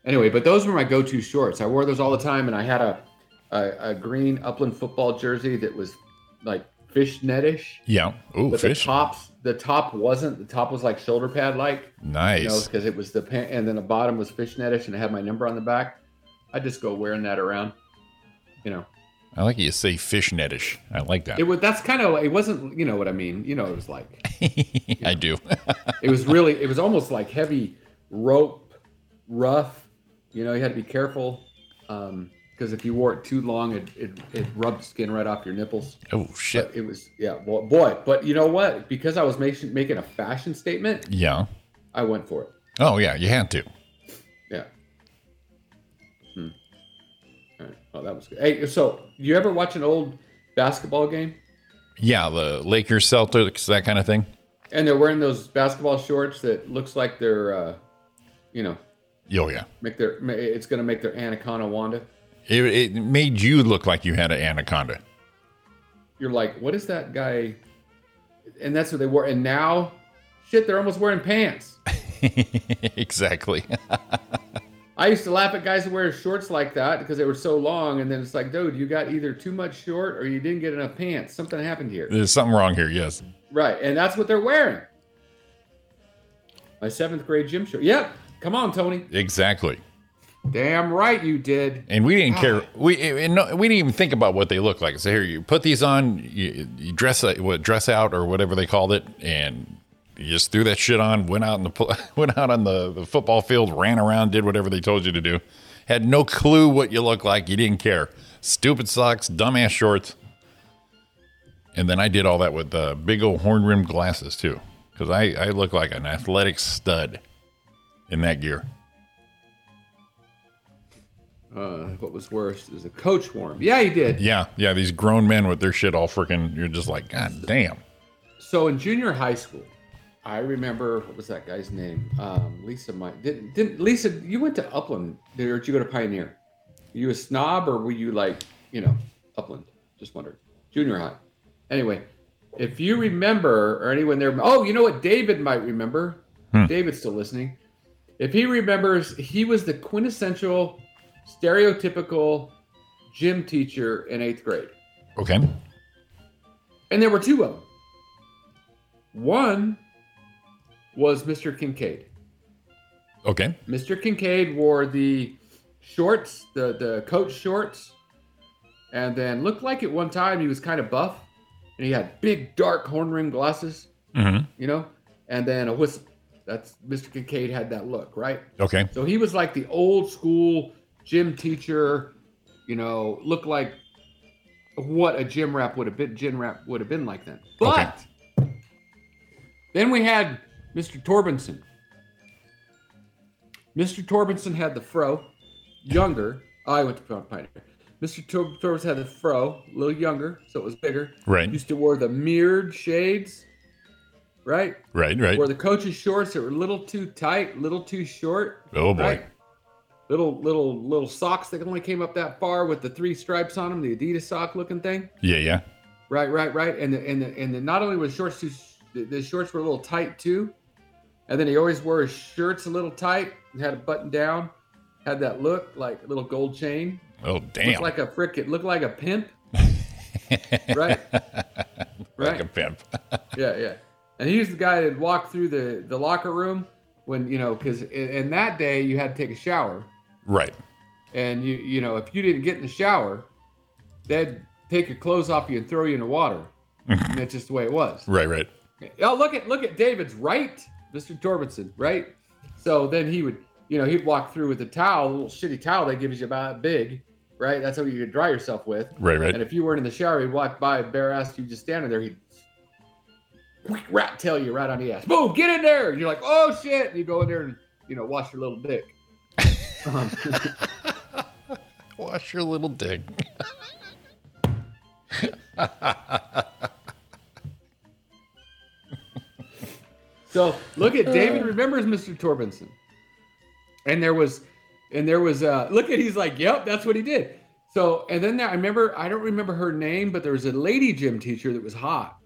Speaker 6: Anyway, but those were my go-to shorts. I wore those all the time, and I had a a, a green Upland football jersey that was like fishnetish,
Speaker 7: Yeah. Ooh,
Speaker 6: but the
Speaker 7: fish.
Speaker 6: tops the top wasn't. The top was like shoulder pad like. you know,
Speaker 7: Nice.
Speaker 6: because it was the pant, and then the bottom was fishnetish, and it had my number on the back. I just go wearing that around, you know.
Speaker 7: I like you say fishnetish. I like that.
Speaker 6: It was that's kind of it wasn't, you know what I mean. You know, it was like
Speaker 7: I do.
Speaker 6: it was really it was almost like heavy rope, rough. You know, you had to be careful because if you wore it too long, it, it it rubbed skin right off your nipples.
Speaker 7: oh shit.
Speaker 6: But it was yeah, boy, boy. But you know what? Because I was making making a fashion statement,
Speaker 7: Yeah.
Speaker 6: I went for it.
Speaker 7: Oh yeah, you had to.
Speaker 6: Yeah. Hmm. All right. Well, that was good. Hey, so you ever watch an old basketball game
Speaker 7: Yeah, the Lakers, Celtics, that kind of thing.
Speaker 6: and they're wearing those basketball shorts that looks like they're, uh, you know,
Speaker 7: Oh yeah.
Speaker 6: make their ma- it's going to make their anaconda wanda.
Speaker 7: It, it made you look like you had an anaconda.
Speaker 6: You're like, what is that guy? And that's what they wore. And now, shit, they're almost wearing pants.
Speaker 7: exactly.
Speaker 6: I used to laugh at guys who wear shorts like that because they were so long. And then it's like, dude, you got either too much short or you didn't get enough pants. Something happened here.
Speaker 7: There's something wrong here. Yes.
Speaker 6: Right, and that's what they're wearing. My seventh grade gym shirt. Yep. Come on, Tony.
Speaker 7: Exactly.
Speaker 6: Damn right you did.
Speaker 7: And we didn't care. We and no, we didn't even think about what they look like. So here, you put these on, you, you dress like- what dress out or whatever they called it, and you just threw that shit on. Went out in the pl- went out on the, the football field, ran around, did whatever they told you to do. Had no clue what you looked like. You didn't care. Stupid socks, dumbass shorts. And then I did all that with uh, big old horn rimmed glasses too, because I I look like an athletic stud in that gear.
Speaker 6: Uh, what was worse is a coach warm. Yeah, you did.
Speaker 7: Yeah, yeah, these grown men with their shit all freaking, you're just like, God damn.
Speaker 6: So in junior high school, I remember what was that guy's name? Um, Lisa might didn't didn't Lisa, you went to Upland, did- or did you go to Pioneer? Were you a snob or were you like, you know, Upland? Just wondered. Junior high. Anyway, if you remember or anyone there oh, you know what David might remember? David's still listening. If he remembers, he was the quintessential stereotypical gym teacher in eighth grade.
Speaker 7: Okay.
Speaker 6: And there were two of them. One was Mr. Kincaid.
Speaker 7: Okay.
Speaker 6: Mr. Kincaid wore the shorts, the, the coach shorts, and then looked like at one time he was kind of buff and he had big dark horn rimmed glasses,
Speaker 7: Mm-hmm.
Speaker 6: you know, and then a whistle. That's Mr. Kincaid had that look, right?
Speaker 7: Okay.
Speaker 6: So he was like the old school gym teacher, you know, looked like what a gym rap would have been gym rap would have been like then.
Speaker 7: Okay.
Speaker 6: But then we had Mr. Torbenson. Mr. Torbenson had the fro, younger. I went to Pioneer. Mr. Tor- Torbenson had the fro, a little younger, so it was bigger.
Speaker 7: Right.
Speaker 6: Used to wear the mirrored shades, right?
Speaker 7: Right, right.
Speaker 6: Wore the coach's shorts that were a little too tight, a little too short.
Speaker 7: Oh boy.
Speaker 6: Right? little little little socks that only came up that far with the three stripes on them, the Adidas sock looking thing.
Speaker 7: Yeah, yeah.
Speaker 6: Right, right, right. And the, and the, and the, not only was shorts too, the, the shorts were a little tight too, and then he always wore his shirts a little tight. and Had a button down, had that look like a little gold chain.
Speaker 7: Oh
Speaker 6: Looked
Speaker 7: damn!
Speaker 6: like a frickin' looked like a pimp. right,
Speaker 7: Like
Speaker 6: right.
Speaker 7: a pimp.
Speaker 6: yeah, yeah. And he was the guy that walked through the the locker room when you know because in, in that day you had to take a shower.
Speaker 7: right.
Speaker 6: and you you know if you didn't get in the shower, they'd take your clothes off you and throw you in the water. and that's just the way it was.
Speaker 7: Right. Right.
Speaker 6: Oh, look at look at David's right, Mr. Torbenson, right? So then he would, you know, he'd walk through with a towel, a little shitty towel that gives you about big, right? That's how you could dry yourself with.
Speaker 7: Right. Right.
Speaker 6: And if you weren't in the shower, he'd walk by bare ass, you just standing there, he'd quick rat tail you right on the ass. Boom, get in there. And you're like, oh shit. And you go in there and, you know, wash your little dick. Um,
Speaker 7: Wash your little dick.
Speaker 6: So look at David remembers Mr. Torbenson. And there was and there was uh look at he's like, Yep, that's what he did. So and then there, I remember I don't remember her name, but there was a lady gym teacher that was hot.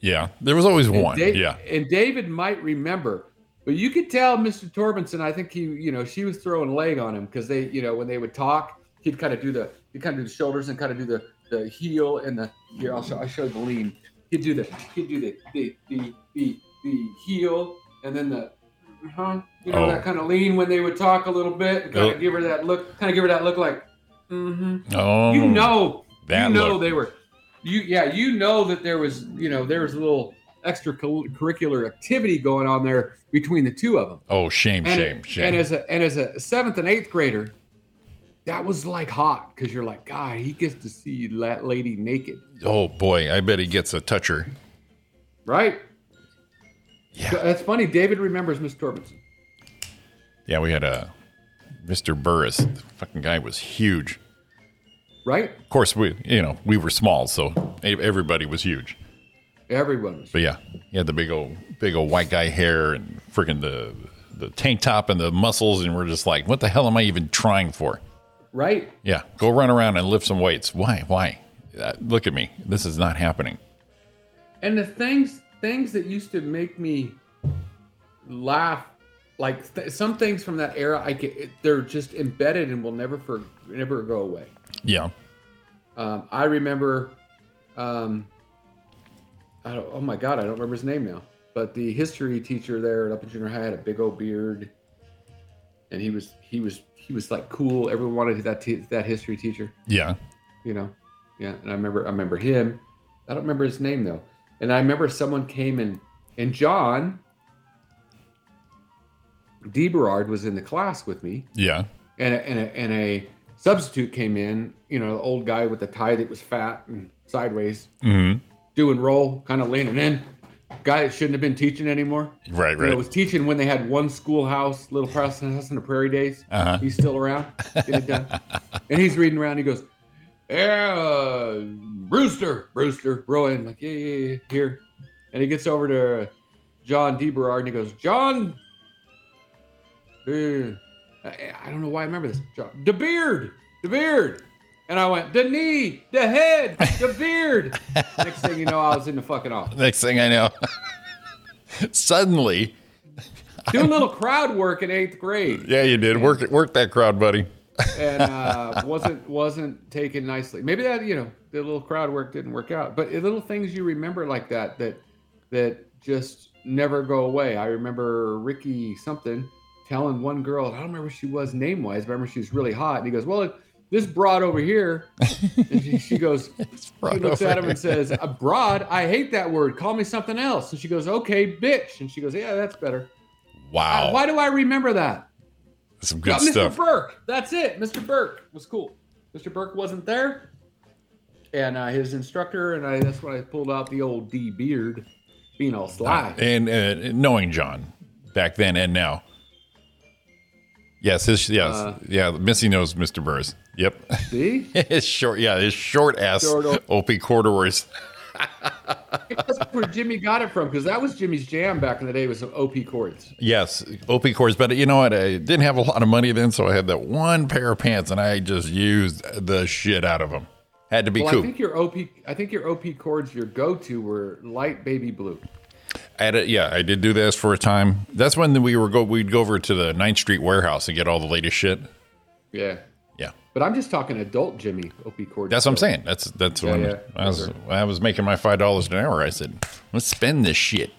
Speaker 7: Yeah. There was always
Speaker 6: And
Speaker 7: one.
Speaker 6: Da-
Speaker 7: yeah.
Speaker 6: And David might remember. But you could tell Mr. Torbenson, I think he, you know, she was throwing leg on him because they, you know, when they would talk, he'd kind of do the he'd kind of do the shoulders and kind of do the the heel and the here, I'll show I showed the lean. He'd do the he'd do the the the the, the heel and then the huh you know
Speaker 7: Oh.
Speaker 6: that kind of lean when they would talk a little bit and kind
Speaker 7: Oh.
Speaker 6: of give her that look kind of give her that look like mm-hmm.
Speaker 7: Oh.
Speaker 6: you know
Speaker 7: that
Speaker 6: you know
Speaker 7: look.
Speaker 6: they were you yeah you know that there was you know there was a little extracurricular activity going on there between the two of them
Speaker 7: Oh, shame,
Speaker 6: and,
Speaker 7: shame, shame.
Speaker 6: and as a and as a seventh and eighth grader that was like hot because you're like god he gets to see that lady naked
Speaker 7: oh boy, I bet he gets a toucher.
Speaker 6: right
Speaker 7: Yeah.
Speaker 6: So that's funny david remembers miss torbenson
Speaker 7: Yeah, we had a Mr. Burris. The fucking guy was huge.
Speaker 6: right
Speaker 7: Of course, we you know we were small, so e- everybody was huge.
Speaker 6: everyone was
Speaker 7: But yeah, he had the big old big old white guy hair and freaking the the tank top and the muscles, and we're just like, what the hell am I even trying for?
Speaker 6: right
Speaker 7: Yeah, go run around and lift some weights. Why? Why? Uh, look at me. This is not happening.
Speaker 6: and the things things that used to make me laugh like th- some things from that era i get it- they're just embedded and will never for never go away
Speaker 7: Yeah.
Speaker 6: um, i remember um i don't oh my god i don't remember his name now but the history teacher there at upper junior high had a big old beard and he was he was he was like cool everyone wanted that t- that history teacher
Speaker 7: Yeah.
Speaker 6: you know yeah and i remember i remember him i don't remember his name though and i remember someone came and and john deberard was in the class with me
Speaker 7: Yeah.
Speaker 6: and a, and a, and a substitute came in you know the old guy with the tie that was fat and sideways
Speaker 7: hmm
Speaker 6: doing roll kind of leaning in guy that shouldn't have been teaching anymore
Speaker 7: Right.
Speaker 6: you know,
Speaker 7: Right.
Speaker 6: was teaching when they had one schoolhouse, little house in the prairie days.
Speaker 7: Uh-huh.
Speaker 6: He's still around. Get it done. and he's reading around. He goes, "Yeah, uh, Brewster, Brewster, Rowan." Like, yeah, yeah, yeah, here. And he gets over to uh, John DeBerard and he goes, "John, uh, I, I don't know why I remember this. John, the beard, the beard." And I went, the knee, the head, the beard. Next thing you know, I was in the fucking office.
Speaker 7: Next thing I know, suddenly,
Speaker 6: Doing a little crowd work in eighth grade.
Speaker 7: yeah, you did work it. Work that crowd, buddy.
Speaker 6: and uh, wasn't wasn't taken nicely. Maybe that you know the little crowd work didn't work out, but the little things you remember like that that that just never go away. I remember Ricky something telling one girl, I don't remember who she was name wise, but I remember she was really hot, and he goes, "Well, it, this broad over here," and she, she goes,
Speaker 7: broad
Speaker 6: she looks
Speaker 7: over
Speaker 6: at him and says, "A broad? I hate that word. Call me something else." And she goes, "Okay, bitch," and she goes, "Yeah, that's better."
Speaker 7: Wow.
Speaker 6: Why do I remember that?
Speaker 7: Some good
Speaker 6: Uh, Mr.
Speaker 7: stuff.
Speaker 6: Burke. That's it. Mr. Burke was cool. Mr. Burke wasn't there, and uh, his instructor and I. That's when I pulled out the old D beard, being all sly.
Speaker 7: And uh, knowing John back then and now. Yes, his yes,
Speaker 6: Uh,
Speaker 7: yeah. Missy knows Mr. Burrs. Yep,
Speaker 6: See,
Speaker 7: his short, yeah, his short ass
Speaker 6: Short o-
Speaker 7: opie corduroys.
Speaker 6: That's where Jimmy got it from because that was Jimmy's jam back in the day. Was some OP chords.
Speaker 7: Yes, OP cords, but you know what? I didn't have a lot of money then, so I had that one pair of pants, and I just used the shit out of them. Had to be
Speaker 6: Well, I
Speaker 7: cool.
Speaker 6: think your OP, I think your OP chords, your go-to were light baby blue.
Speaker 7: I had a, yeah, I did do this for a time. That's when we were go. We'd go over to the 9th Street warehouse and get all the latest shit.
Speaker 6: Yeah,
Speaker 7: Yeah,
Speaker 6: but I'm just talking adult Jimmy OP chords.
Speaker 7: that's what I'm saying. That's that's when
Speaker 6: yeah,
Speaker 7: I was
Speaker 6: for sure.
Speaker 7: when I was making my five dollars an hour. I said, let's spend this shit.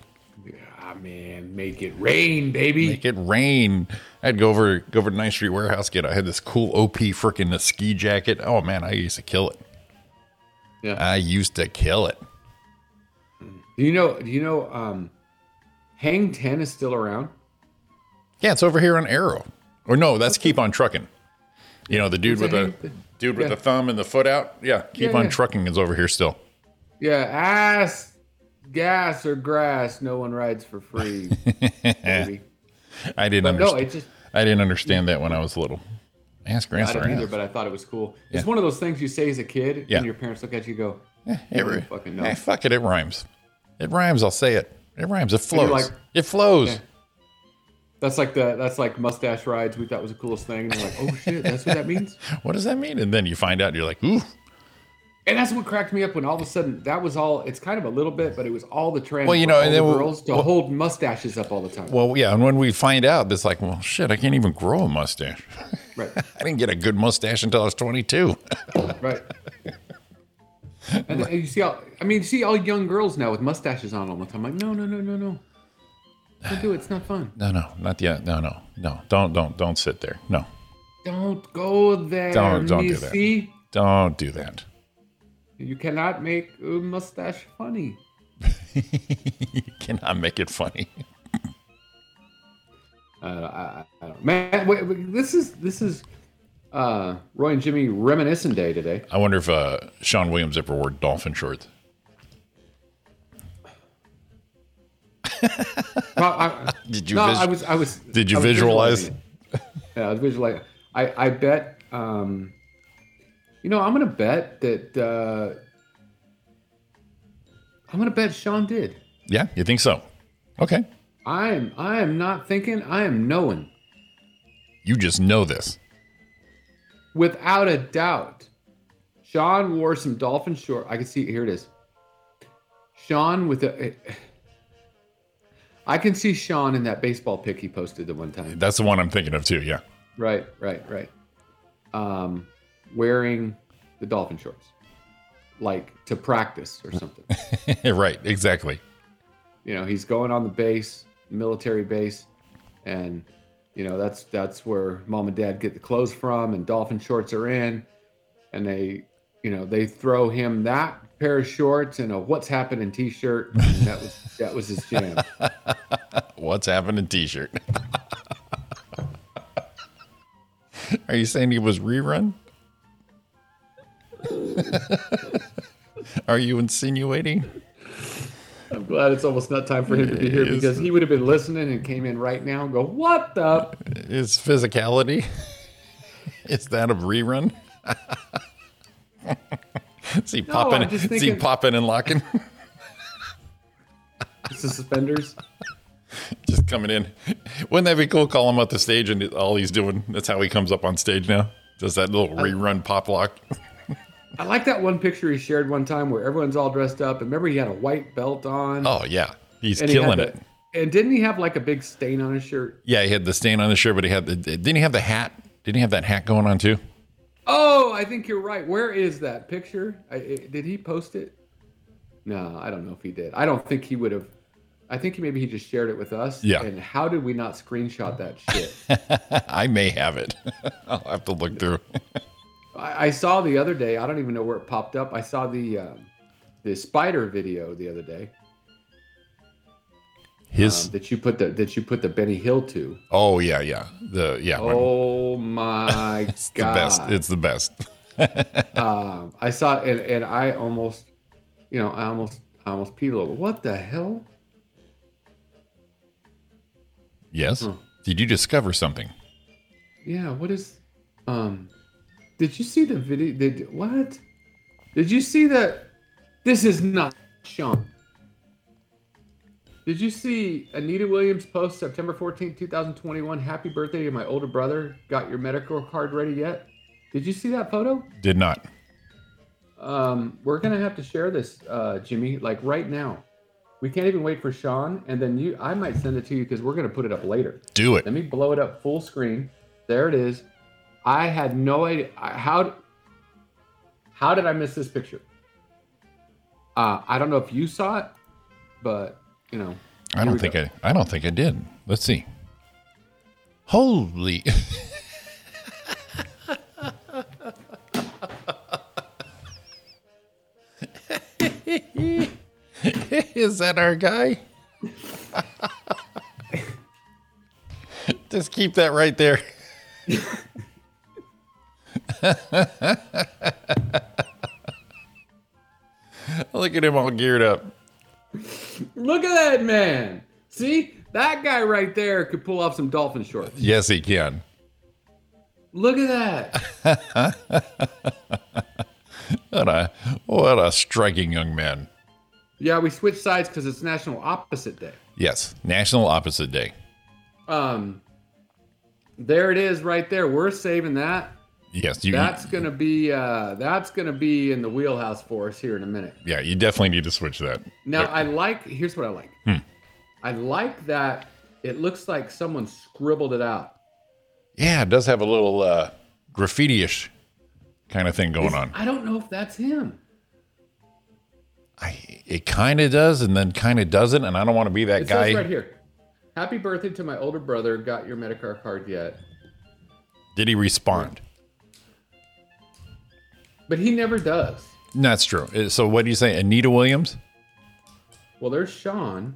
Speaker 6: Ah man, make it rain, baby.
Speaker 7: Make it rain. I'd go over go over to 9th Street warehouse. Get I had this cool OP freaking ski jacket. Oh man, I used to kill it.
Speaker 6: Yeah.
Speaker 7: I used to kill it.
Speaker 6: do you know? Do you know? Um, Hang Ten is still around.
Speaker 7: Yeah, it's over here on Arrow. Or no, that's keep on trucking. You know, the dude with the dude with
Speaker 6: yeah.
Speaker 7: the thumb and the foot out. Yeah, keep
Speaker 6: Yeah,
Speaker 7: on
Speaker 6: yeah.
Speaker 7: trucking is over here still.
Speaker 6: Yeah, ass, gas or grass, no one rides for free. baby.
Speaker 7: I didn't
Speaker 6: But no,
Speaker 7: understand.
Speaker 6: it just
Speaker 7: I didn't understand that when I was little. Ask
Speaker 6: I
Speaker 7: Grandson.
Speaker 6: didn't either, but I thought it was cool.
Speaker 7: Yeah.
Speaker 6: It's one of those things you say as a kid,
Speaker 7: Yeah.
Speaker 6: and your parents look at you and go,
Speaker 7: Hey,
Speaker 6: I
Speaker 7: Ru-
Speaker 6: don't fucking know.
Speaker 7: hey, fuck it, it rhymes. It rhymes. I'll say it. It rhymes. It
Speaker 6: you're
Speaker 7: flows.
Speaker 6: like-
Speaker 7: it flows.
Speaker 6: Yeah. "That's like the that's like mustache rides." We thought was the coolest thing, and they're like, "Oh shit, that's what that means."
Speaker 7: What does that mean? And then you find out. You're like, ooh,
Speaker 6: And that's what cracked me up when all of a sudden that was all. It's kind of a little bit, but it was all the trend.
Speaker 7: Well, you
Speaker 6: for
Speaker 7: know,
Speaker 6: all
Speaker 7: and
Speaker 6: the
Speaker 7: then we-
Speaker 6: girls to
Speaker 7: well-
Speaker 6: hold mustaches up all the time.
Speaker 7: well, yeah. And when we find out, it's like, well, shit, I can't even grow a mustache.
Speaker 6: right,
Speaker 7: I didn't get a good mustache until I was 22.
Speaker 6: right. And then you see, all, I mean, you see all young girls now with mustaches on all the time. Like, no, no, no, no, no. Don't do it. It's not fun.
Speaker 7: No, no, not yet. No, no, no. Don't, don't, don't sit there. No,
Speaker 6: Don't go there.
Speaker 7: Don't- don't do that.
Speaker 6: missy.
Speaker 7: don't do that.
Speaker 6: You cannot make a mustache funny.
Speaker 7: you cannot make it funny.
Speaker 6: Uh, I, I I don't. Man, wait, wait, this is this is uh, Roy and Jimmy reminiscent day today.
Speaker 7: I wonder if uh, Sean Williams ever wore dolphin shorts.
Speaker 6: Well, I-
Speaker 7: Did you
Speaker 6: No,
Speaker 7: vis-
Speaker 6: I was. I was.
Speaker 7: Did you
Speaker 6: I was
Speaker 7: visualize?
Speaker 6: visualizing it. Yeah, I was visualizing. I I bet. Um, you know, I'm gonna bet that. Uh, I'm gonna bet Sean did.
Speaker 7: Yeah, you think so? Okay,
Speaker 6: I am. I am not thinking. I am knowing
Speaker 7: you just know this.
Speaker 6: without a doubt. Sean wore some dolphin short. I can see. Here it is. Sean with a. I can see Sean in that baseball pic he posted the one time.
Speaker 7: That's the one I'm thinking of too. Yeah,
Speaker 6: Right, right, right. Um, wearing the dolphin shorts, like to practice or something.
Speaker 7: right, exactly.
Speaker 6: you know, he's going on the base, military base, and you know that's that's where mom and dad get the clothes from, and dolphin shorts are in, and they, you know, they throw him that pair of shorts and a what's happening t-shirt. And that was that was his jam.
Speaker 7: What's happening? T-shirt. Are you saying he was rerun? Are you insinuating?
Speaker 6: I'm glad it's almost not time for him to be here
Speaker 7: Yes.
Speaker 6: because he would have been listening and came in right now and go, what the
Speaker 7: Is physicality? Is that a rerun? is he popping?
Speaker 6: I'm just
Speaker 7: is he
Speaker 6: thinking-
Speaker 7: popping and locking?
Speaker 6: suspenders?
Speaker 7: just coming in. Wouldn't that be cool? Call him up the stage and all he's doing. That's how he comes up on stage now. Does that little rerun pop lock?
Speaker 6: I like that one picture he shared one time where everyone's all dressed up. And remember, he had a white belt on.
Speaker 7: Oh yeah, he's
Speaker 6: and he had
Speaker 7: killing
Speaker 6: the-
Speaker 7: it.
Speaker 6: And didn't he have like a big stain on his shirt?
Speaker 7: Yeah, he had the stain on his shirt, but he had the didn't he have the hat? Didn't he have that hat going on too?
Speaker 6: Oh, I think you're right. Where is that picture? I, it, did he post it? No, I don't know if he did. I don't think he would have. I think maybe he just shared it with us.
Speaker 7: Yeah.
Speaker 6: And how did we not screenshot that shit?
Speaker 7: I may have it. I'll have to look through.
Speaker 6: I, I saw the other day. I don't even know where it popped up. I saw the um, the spider video the other day
Speaker 7: His
Speaker 6: um, that you put the that you put the Benny Hill to.
Speaker 7: oh yeah yeah the yeah my-
Speaker 6: Oh my
Speaker 7: it's the
Speaker 6: god!
Speaker 7: best. It's the best.
Speaker 6: Um, I saw it and, and I almost, you know, I almost, I almost peed a little. What the hell?
Speaker 7: Yes.
Speaker 6: Hmm.
Speaker 7: Did you discover something?
Speaker 6: Yeah. What is? Um, did you see the video? Did what? Did you see that? This is not Sean. Did you see Anita Williams post September 14, 2021? Happy birthday to my older brother. Got your medical card ready yet? Did you see that photo?
Speaker 7: Did not.
Speaker 6: Um, we're gonna have to share this, uh, Jimmy. Like right now, we can't even wait for Sean, and then you. I might send it to you because we're gonna put it up later.
Speaker 7: Do
Speaker 6: Let
Speaker 7: it.
Speaker 6: me blow it up full screen. There it is. I had no idea I- how. How did I miss this picture? Uh, I don't know if you saw it, but you know.
Speaker 7: I don't think I. I don't think I did. Let's see. Holy! Is that our guy? Just keep that right there. Look at him all geared up.
Speaker 6: Look at that man. See that guy right there could pull off some dolphin shorts.
Speaker 7: Yes, he can.
Speaker 6: Look at that.
Speaker 7: What a what a striking young man.
Speaker 6: Yeah, we switched sides because it's National Opposite Day.
Speaker 7: Yes, National Opposite Day.
Speaker 6: Um, there it is, right there. We're saving that.
Speaker 7: Yes, you.
Speaker 6: That's gonna be uh, that's gonna be in the wheelhouse for us here in a minute.
Speaker 7: yeah, you definitely need to switch that.
Speaker 6: Now I like. Here's what I like.
Speaker 7: Hmm.
Speaker 6: I like that it looks like someone scribbled it out.
Speaker 7: Yeah, it does have a little uh, graffiti-ish kind of thing going on.
Speaker 6: I don't know if that's him.
Speaker 7: I, it kind of does, and then kind of doesn't, and I don't want to be that
Speaker 6: It
Speaker 7: guy.
Speaker 6: says right here. Happy birthday to my older brother. Got your Medicare card yet?
Speaker 7: Did he respond?
Speaker 6: But he never does.
Speaker 7: That's true. Uh, So what do you say, Anita Williams?
Speaker 6: Well, there's Sean.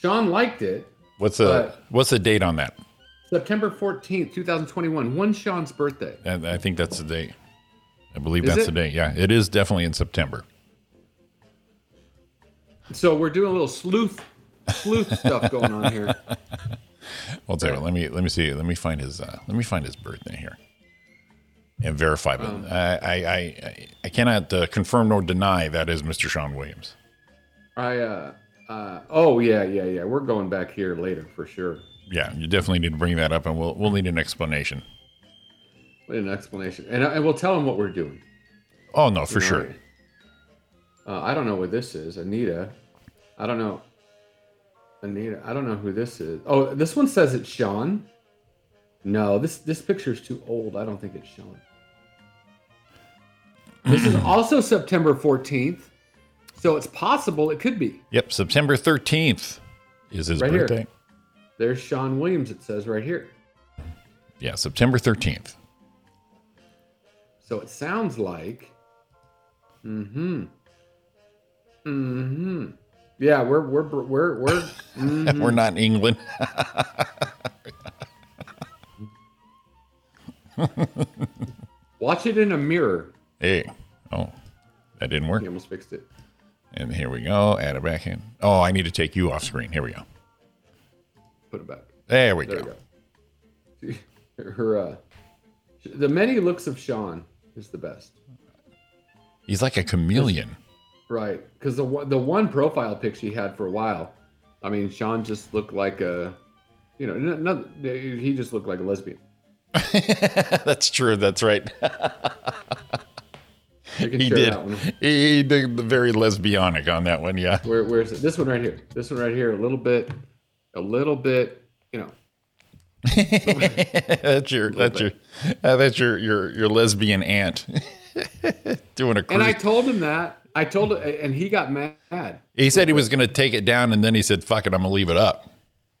Speaker 6: Sean liked it.
Speaker 7: What's the
Speaker 6: Uh,
Speaker 7: what's the date on that?
Speaker 6: September 14th, 2021. One Sean's birthday.
Speaker 7: And I think that's the date. I believe
Speaker 6: Is
Speaker 7: that's
Speaker 6: it?
Speaker 7: the date. Yeah, it is definitely in September.
Speaker 6: So we're doing a little sleuth sleuth stuff going on here.
Speaker 7: Well, tell you what, let me let me see. Let me find his uh, let me find his birthday here and verify. But
Speaker 6: Um.
Speaker 7: I, I I I cannot uh, confirm nor deny that is Mr. Sean Williams.
Speaker 6: I uh, uh oh yeah, yeah, yeah. We're going back here later for sure.
Speaker 7: Yeah, you definitely need to bring that up, and we'll we'll need an explanation.
Speaker 6: What an explanation. And, uh, and we'll tell him what we're doing.
Speaker 7: Oh no, for sure.
Speaker 6: Uh, I don't know what this is. Anita. I don't know. Anita, I don't know who this is. Oh, this one says it's Sean. No, this this picture's too old. I don't think it's Sean. This is also September 14th. So it's possible it could be.
Speaker 7: Yep, September thirteenth is his
Speaker 6: Right here.
Speaker 7: birthday.
Speaker 6: There's Sean Williams, it says right here.
Speaker 7: Yeah, September thirteenth.
Speaker 6: So it sounds like. Mm-hmm. Mm-hmm. Yeah, we're we're we're we're mhm.
Speaker 7: We're not in England.
Speaker 6: watch it in a mirror.
Speaker 7: hey, oh, that didn't work.
Speaker 6: He almost fixed it.
Speaker 7: And here we go. Add it back in. Oh, I need to take you off screen. Here we go.
Speaker 6: Put it back.
Speaker 7: There we
Speaker 6: There
Speaker 7: go.
Speaker 6: we go. Her uh, the many looks of Sean is the best.
Speaker 7: He's like a chameleon.
Speaker 6: Right, because the one- the one profile pic she had for a while, I mean, Sean just looked like a, you know, n- not, he just looked like a lesbian.
Speaker 7: That's true. That's right.
Speaker 6: You can
Speaker 7: He
Speaker 6: share
Speaker 7: did.
Speaker 6: that one.
Speaker 7: He, he did the very lesbianic on that one. Yeah.
Speaker 6: Where where is it? This one right here. This one right here. A little bit, a little bit. You know,
Speaker 7: that's your that's your uh, that's your your your lesbian aunt doing a cruise.
Speaker 6: and I told him that. I told him, and he got mad.
Speaker 7: he said he was going to take it down, and then he said, "Fuck it, I'm going to leave it up."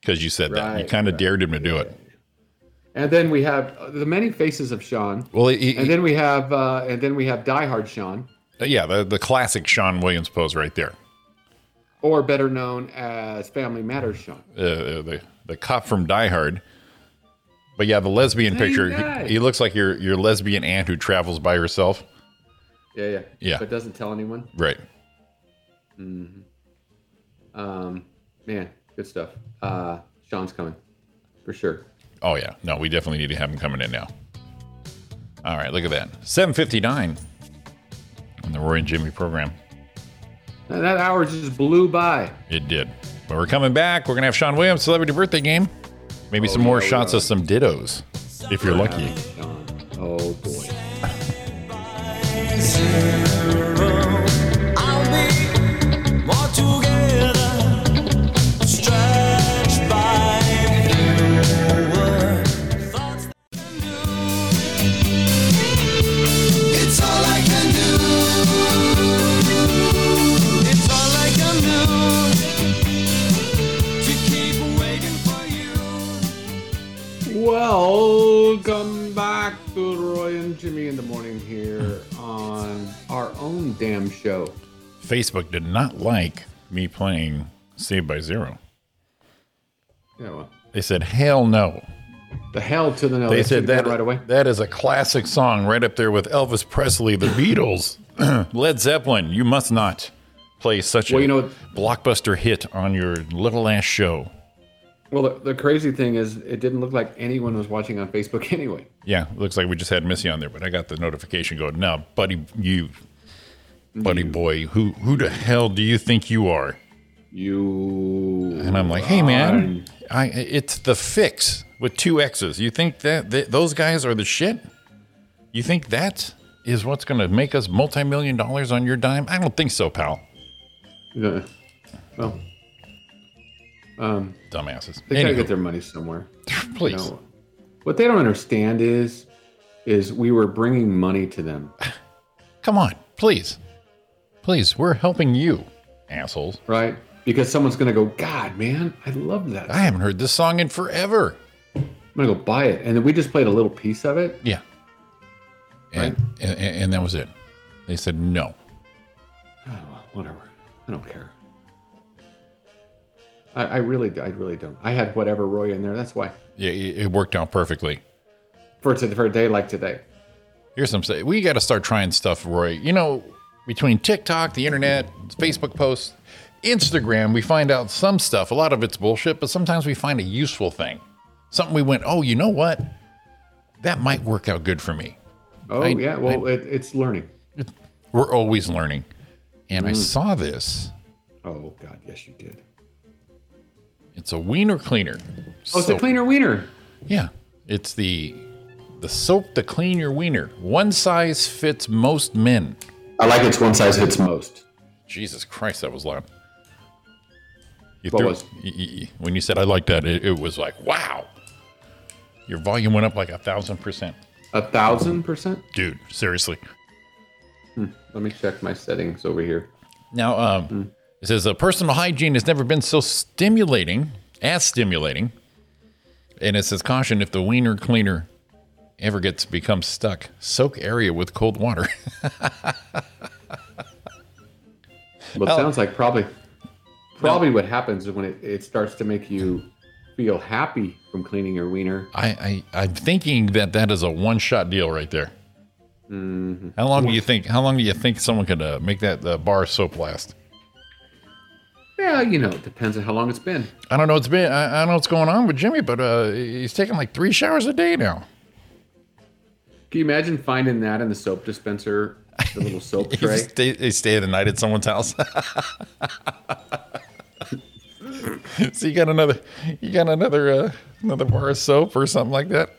Speaker 7: Because you said that, you
Speaker 6: Right,
Speaker 7: kind of dared him to do it.
Speaker 6: And then we have uh, the many faces of Sean.
Speaker 7: Well, he,
Speaker 6: And then we have, uh, and then we have Die Hard Sean,
Speaker 7: yeah, the, the classic Sean Williams pose right there.
Speaker 6: or better known as Family Matters Sean.
Speaker 7: uh, the the cop from Die Hard. But yeah, the lesbian picture.
Speaker 6: guy.
Speaker 7: He, he looks like your your lesbian aunt who travels by herself.
Speaker 6: Yeah, yeah,
Speaker 7: Yeah.
Speaker 6: But doesn't tell anyone.
Speaker 7: Right.
Speaker 6: Um, man, good stuff. Uh, Sean's coming for sure.
Speaker 7: Oh yeah. No, we definitely need to have him coming in now. All right, look at that. 759 on the Roy and Jimmy program.
Speaker 6: And that hour just blew by.
Speaker 7: It did. But we're coming back. We're gonna have Sean Williams celebrity birthday game. Maybe some more shots of some dittos, if you're lucky.
Speaker 6: Oh boy. Welcome back to Roy and Jimmy in the morning here on our own damn show.
Speaker 7: Facebook did not like me playing Saved by Zero.
Speaker 6: Yeah, well,
Speaker 7: They said, "Hell no."
Speaker 6: the hell to the no.
Speaker 7: They
Speaker 6: They
Speaker 7: said
Speaker 6: should
Speaker 7: that
Speaker 6: right away.
Speaker 7: That is a classic song, right up there with Elvis Presley, The Beatles, Led Zeppelin. You must not play such
Speaker 6: Well,
Speaker 7: a
Speaker 6: you know-
Speaker 7: blockbuster hit on your little ass show.
Speaker 6: Well, the, the crazy thing is, it didn't look like anyone was watching on Facebook anyway.
Speaker 7: Yeah, looks like we just had Missy on there, but I got the notification going. Now, buddy, you, buddy boy, who who the hell do you think you are?
Speaker 6: You
Speaker 7: And I'm like, hey man, I it's the fix with two X's. You think that th- those guys are the shit? You think that is what's going to make us multi-million dollars on your dime? I don't think so, pal.
Speaker 6: Yeah. Well, um,
Speaker 7: Dumbasses.
Speaker 6: they gotta get
Speaker 7: Anywho,
Speaker 6: their money somewhere.
Speaker 7: please.
Speaker 6: No. What they don't understand is, is we were bringing money to them,
Speaker 7: Come on, please. Please, we're helping you, assholes.
Speaker 6: right? Because someone's gonna go, God, man, I love that.
Speaker 7: I haven't heard this song in forever.
Speaker 6: I'm gonna go buy it, and then we just played a little piece of it.
Speaker 7: Yeah. And, and, and that was it. They said no. Oh,
Speaker 6: Whatever. I don't care. I, I really, I really don't. I had whatever Roy in there. That's why
Speaker 7: Yeah, It, it worked out perfectly.
Speaker 6: for t- for a day like today.
Speaker 7: Here's some say we got to start trying stuff, Roy. You know, between TikTok, the internet, Facebook posts, Instagram, we find out some stuff. A lot of it's bullshit, but sometimes we find a useful thing. Something we went, oh, you know what? That might work out good for me.
Speaker 6: Oh
Speaker 7: I-
Speaker 6: yeah, well, it, it's learning.
Speaker 7: We're always learning. And
Speaker 6: Mm.
Speaker 7: I saw this.
Speaker 6: Oh God, yes, you did.
Speaker 7: It's a wiener cleaner.
Speaker 6: Oh, it's a cleaner wiener.
Speaker 7: Yeah, it's the the soap to clean your wiener. One size fits most men.
Speaker 6: I like it's one size fits most.
Speaker 7: Jesus Christ, that was loud. You
Speaker 6: What was?
Speaker 7: y- y- y- when you said I like that, it, it was like wow. Your volume went up like a thousand percent,
Speaker 6: A thousand percent.
Speaker 7: dude. Seriously.
Speaker 6: Let me check my settings over here.
Speaker 7: Now, um,
Speaker 6: Hmm.
Speaker 7: it says uh, personal hygiene has never been so stimulating as stimulating, and it says caution if the wiener cleaner ever gets becomes stuck, soak area with cold water.
Speaker 6: Well, it sounds like probably, probably what happens is when it, it starts to make you feel happy from cleaning your wiener.
Speaker 7: I, I I'm thinking that that is a one shot deal right there. How long do you think? How long do you think someone could uh, make that uh, bar of soap last?
Speaker 6: Yeah, you know, it depends on how long it's been.
Speaker 7: I don't know. It's been I, I don't know what's going on with Jimmy, but uh, he's taking like three showers a day now.
Speaker 6: Can you imagine finding that in the soap dispenser, the little soap
Speaker 7: He
Speaker 6: tray?
Speaker 7: just stay, they stay the night at someone's house. so you got another, you got another, uh, another bar of soap or something like that.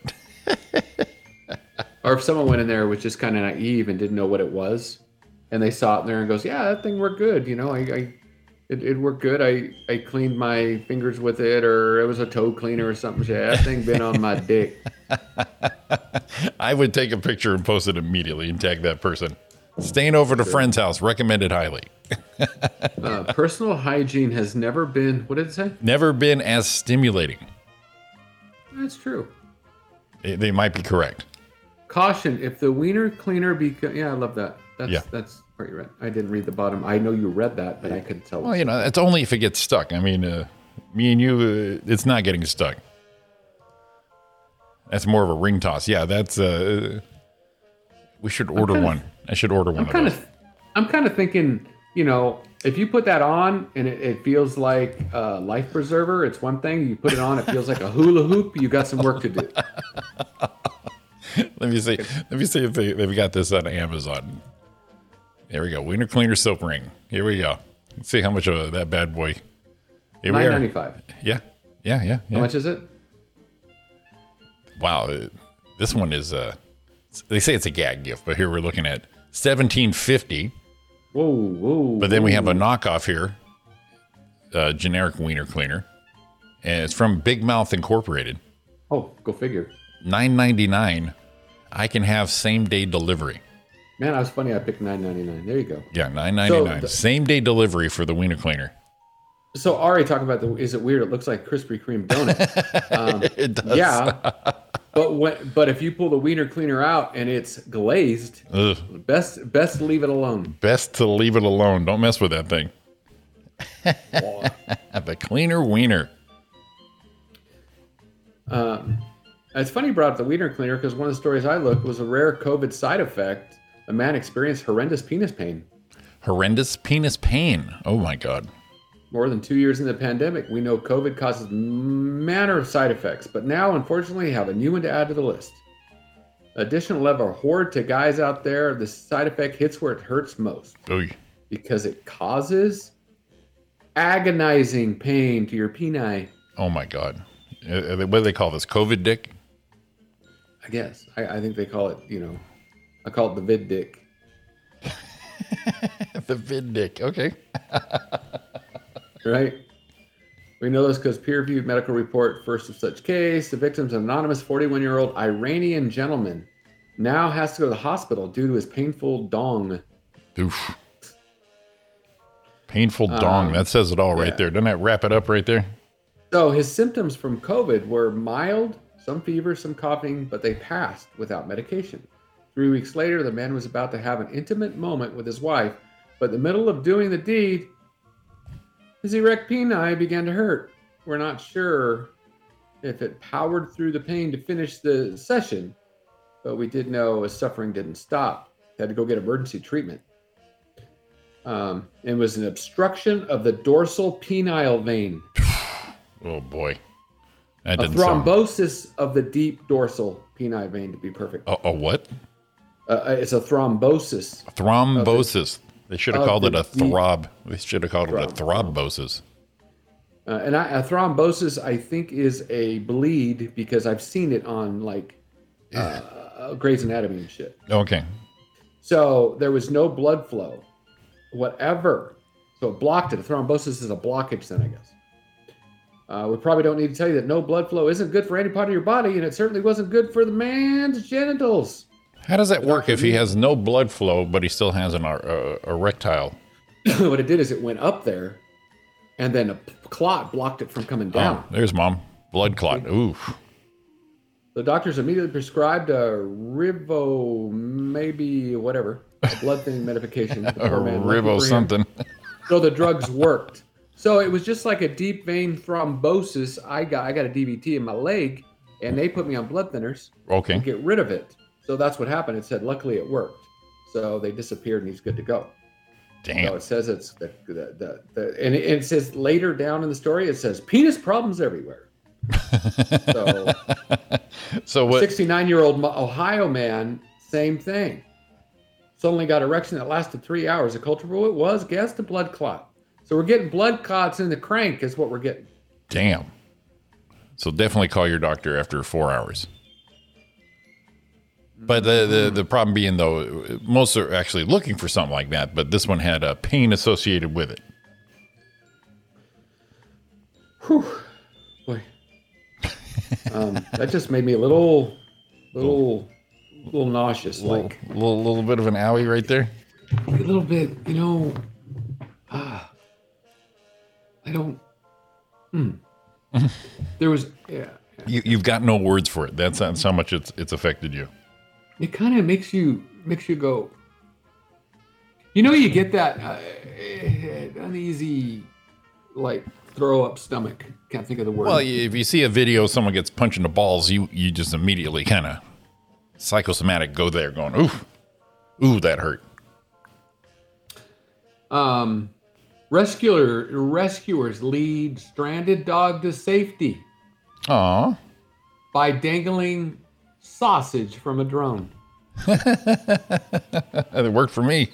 Speaker 6: Or if someone went in there was just kind of naive and didn't know what it was, and they saw it in there and goes, "Yeah, that thing worked good. You know, I, I it, it worked good. I, I cleaned my fingers with it, or it was a toe cleaner or something. Yeah, that thing been on my dick.
Speaker 7: I would take a picture and post it immediately and tag that person. Staying over to friend's house, recommended highly.
Speaker 6: Uh, personal hygiene has never been. What did it say?
Speaker 7: Never been as stimulating.
Speaker 6: That's true.
Speaker 7: They- They might be correct.
Speaker 6: Caution: If the wiener cleaner becomes yeah, I love that. That's
Speaker 7: Yeah.
Speaker 6: that's part you read. I didn't read the bottom. I know you read that, but I couldn't tell.
Speaker 7: Well, you know, that's only if it gets stuck. I mean, uh, me and you, uh, it's not getting stuck. That's more of a ring toss. Yeah, that's. Uh, we should order
Speaker 6: kinda-
Speaker 7: one. I should order one
Speaker 6: I'm
Speaker 7: of
Speaker 6: kind
Speaker 7: those.
Speaker 6: of, I'm kind of thinking, you know, if you put that on and it, it feels like a life preserver, it's one thing. You put it on, it feels like a hula hoop. You got some work to do.
Speaker 7: Let me see. Let me see if they, they've got this on Amazon. There we go. Wiener cleaner soap ring. Here we go. Let's see how much of that bad boy. Here we
Speaker 6: Nine
Speaker 7: are.
Speaker 6: ninety five.
Speaker 7: Yeah, yeah, yeah.
Speaker 6: How
Speaker 7: yeah.
Speaker 6: much is it?
Speaker 7: Wow, uh, this one is. Uh, they say it's a gag gift, but here we're looking at seventeen fifty.
Speaker 6: Whoa, whoa.
Speaker 7: But then we have a knockoff here, uh, generic wiener cleaner, and it's from Big Mouth Incorporated.
Speaker 6: Oh, go figure.
Speaker 7: Nine ninety nine. I can have same day delivery.
Speaker 6: Man, I was funny. I picked nine ninety nine. There you go.
Speaker 7: Yeah, nine ninety nine.
Speaker 6: the-
Speaker 7: same day delivery for the wiener cleaner.
Speaker 6: So Ari, talk about the. Is it weird? It looks like Krispy Kreme donut.
Speaker 7: It does.
Speaker 6: yeah. But when, but if you pull the wiener cleaner out and it's glazed,
Speaker 7: Ugh.
Speaker 6: best best leave it alone.
Speaker 7: Best to leave it alone. Don't mess with that thing. the cleaner wiener.
Speaker 6: Um, It's funny you brought up the wiener cleaner because one of the stories I looked was a rare COVID side effect. A man experienced horrendous penis pain.
Speaker 7: Horrendous penis pain. Oh my god.
Speaker 6: More than two years in the pandemic, we know COVID causes manner of side effects, but now unfortunately have a new one to add to the list. Additional level of horror to guys out there, the side effect hits where it hurts most
Speaker 7: Ooh.
Speaker 6: because it causes agonizing pain to your peni.
Speaker 7: Oh my god. Uh, uh, What do they call this? COVID dick?
Speaker 6: I guess. I, I think they call it, you know, I call it the vid dick.
Speaker 7: the vid dick. Okay.
Speaker 6: right? We know this because peer reviewed medical report, first of such case. The victim's an anonymous 41 year old Iranian gentleman now has to go to the hospital due to his painful dong.
Speaker 7: Oof. Painful dong. That says it all right
Speaker 6: Uh, yeah.
Speaker 7: there. Doesn't that wrap it up right there?
Speaker 6: So his symptoms from COVID were mild, some fever, some coughing, but they passed without medication. Three weeks later, the man was about to have an intimate moment with his wife, but in the middle of doing the deed, his erect peni began to hurt. We're not sure if it powered through the pain to finish the session, but we did know his suffering didn't stop. He had to go get emergency treatment. Um, it was an obstruction of the dorsal penile vein
Speaker 7: Oh boy. That
Speaker 6: a
Speaker 7: didn't sound.
Speaker 6: thrombosis of the deep dorsal penile vein to be perfect.
Speaker 7: A, a what?
Speaker 6: Uh, it's a thrombosis.
Speaker 7: Thrombosis. They should have
Speaker 6: of
Speaker 7: called it
Speaker 6: the
Speaker 7: a
Speaker 6: deep-
Speaker 7: throb. They should have called it a thrombosis.
Speaker 6: Uh, and I, a thrombosis, I think, is a bleed because I've seen it on like uh, Grey's Anatomy and shit.
Speaker 7: Okay.
Speaker 6: So there was no blood flow, whatever. So it blocked it. A thrombosis is a blockage, then, I guess. Uh, we probably don't need to tell you that no blood flow isn't good for any part of your body, and it certainly wasn't good for the man's genitals.
Speaker 7: How does that work if he has no blood flow, but he still has an er- uh, erectile?
Speaker 6: what it did is it went up there, and then a p- clot blocked it from coming down.
Speaker 7: Oh, there's mom. Blood clot. Oof.
Speaker 6: The doctors immediately prescribed a ribo, maybe whatever, a blood thinning medication.
Speaker 7: A ribo something.
Speaker 6: So the drugs worked. So it was just like a deep vein thrombosis. I got I got a DVT in my leg, and they put me on blood thinners to
Speaker 7: Okay.
Speaker 6: get rid of it. So that's what happened. It said luckily it worked. So they disappeared, and he's good to go. No,
Speaker 7: Damn.
Speaker 6: Oh, it says it's the, the, the, the and it, it says later down in the story it says penis problems everywhere. so
Speaker 7: So what?
Speaker 6: 69 year old Ohio man, same thing. Suddenly got erection that lasted three hours. The culture rule it was gas to blood clot. So we're getting blood clots in the crank is what we're getting.
Speaker 7: Damn. So definitely call your doctor after four hours. But the, the, the problem being though, most are actually looking for something like that, but this one had a pain associated with it.
Speaker 6: Boy, um, that just made me a little, little, little nauseous.
Speaker 7: Little,
Speaker 6: Like
Speaker 7: little, little bit of an owie right there.
Speaker 6: a little bit, you know. Ah, I don't. hmm. there was. Yeah.
Speaker 7: You, you've got no words for it. That's, that's how much it's it's affected you.
Speaker 6: it kind of makes you makes you go you know you get that uh, uneasy like throw up stomach can't think of the word
Speaker 7: Well, you- if you see a video, someone gets punched in the balls, you you just immediately kind of psychosomatic go there, going, ooh, ooh, that hurt.
Speaker 6: um rescuer rescuers lead stranded dog to safety
Speaker 7: Aw,
Speaker 6: by dangling sausage from a drone
Speaker 7: it worked for me.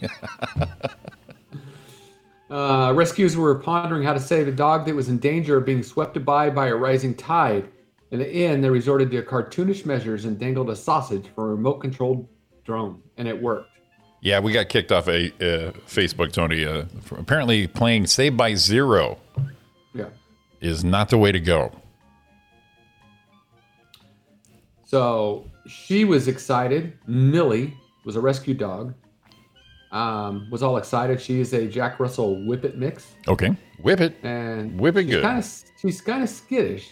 Speaker 6: Uh, rescuers were pondering how to save a dog that was in danger of being swept by by a rising tide. In the end, they resorted to cartoonish measures and dangled a sausage for a remote-controlled drone, and it worked.
Speaker 7: Yeah, we got kicked off a uh, Facebook, Tony. Uh, for apparently, playing Saved by Zero
Speaker 6: Yeah.
Speaker 7: is not the way to go.
Speaker 6: So she was excited. Millie was a rescue dog. Um, was all excited. She is a Jack Russell Whippet mix,
Speaker 7: Okay, whip it.
Speaker 6: and
Speaker 7: Whippet
Speaker 6: she's
Speaker 7: good.
Speaker 6: Kinda, she's kind of skittish.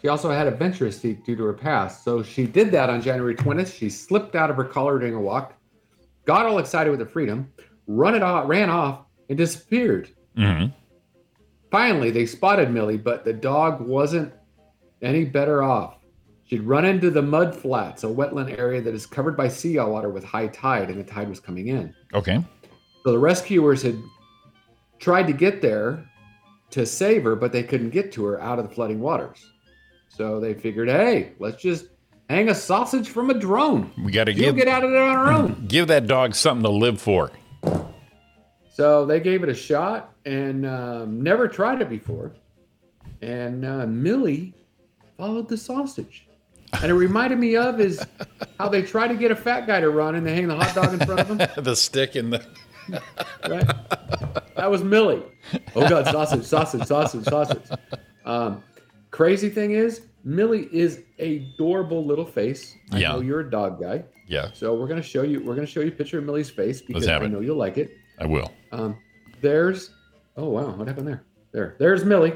Speaker 6: She also had a adventurous seek due to her past. So she did that on January 20th. She slipped out of her collar during a walk, got all excited with the freedom, run it off, ran off, and disappeared.
Speaker 7: hmm
Speaker 6: Finally, they spotted Millie, but the dog wasn't any better off. She'd run into the mud flats, a wetland area that is covered by sea water with high tide, and the tide was coming in.
Speaker 7: Okay.
Speaker 6: So the rescuers had tried to get there to save her, but they couldn't get to her out of the flooding waters. So they figured, hey, let's just hang a sausage from a drone.
Speaker 7: We got to
Speaker 6: She'll
Speaker 7: give
Speaker 6: get out of there on her own.
Speaker 7: give that dog something to live for.
Speaker 6: So they gave it a shot and um, never tried it before. And uh, Millie followed the sausage. And it reminded me of is how they try to get a fat guy to run and they hang the hot dog in front of him.
Speaker 7: the stick and the
Speaker 6: Right? That was Millie. Oh God, sausage, sausage, sausage, sausage. Um, crazy thing is, Millie is adorable little face. I
Speaker 7: Yeah.
Speaker 6: know you're a dog guy,
Speaker 7: yeah,
Speaker 6: so we're gonna show you. We're gonna show you a picture of Millie's face because
Speaker 7: have
Speaker 6: I
Speaker 7: it.
Speaker 6: know you'll like it.
Speaker 7: I will.
Speaker 6: Um, there's. Oh wow, what happened there? There, there's Millie.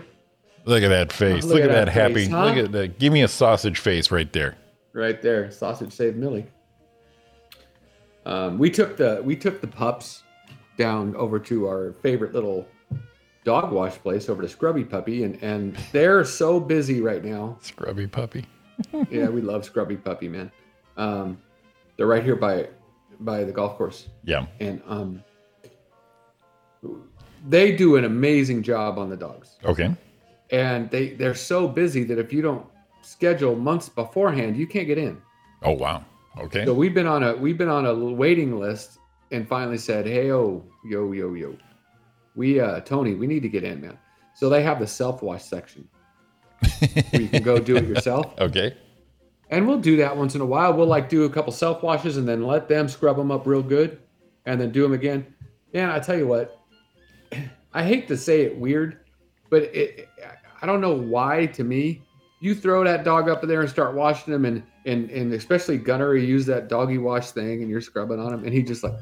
Speaker 7: Look at that face. Look, at that, happy.
Speaker 6: face, huh?
Speaker 7: Look at that. Give me a sausage face right there.
Speaker 6: Right there, sausage saved Millie. Um, we took the we took the pups down over to our favorite little dog wash place over to Scrubby Puppy, and and they're so busy right now.
Speaker 7: Scrubby puppy.
Speaker 6: Yeah, we love Scrubby Puppy, man. Um, they're right here by by the golf course.
Speaker 7: Yeah.
Speaker 6: and um, they do an amazing job on the dogs.
Speaker 7: Okay.
Speaker 6: And they they're so busy that if you don't schedule months beforehand, you can't get in.
Speaker 7: Oh wow. Okay.
Speaker 6: So we've been on a we've been on a little waiting list, and finally said, "Hey, oh, yo, yo, yo, we uh, Tony, we need to get in, man." So they have the self wash section where you can go do it yourself,
Speaker 7: okay.
Speaker 6: and we'll do that once in a while. We'll like do a couple self washes and then let them scrub them up real good, and then do them again. And I tell you what, I hate to say it weird, but it, I don't know why. To me, you throw that dog up in there and start washing him, and and and especially Gunner, he used that doggy wash thing, and you're scrubbing on him, and he just like,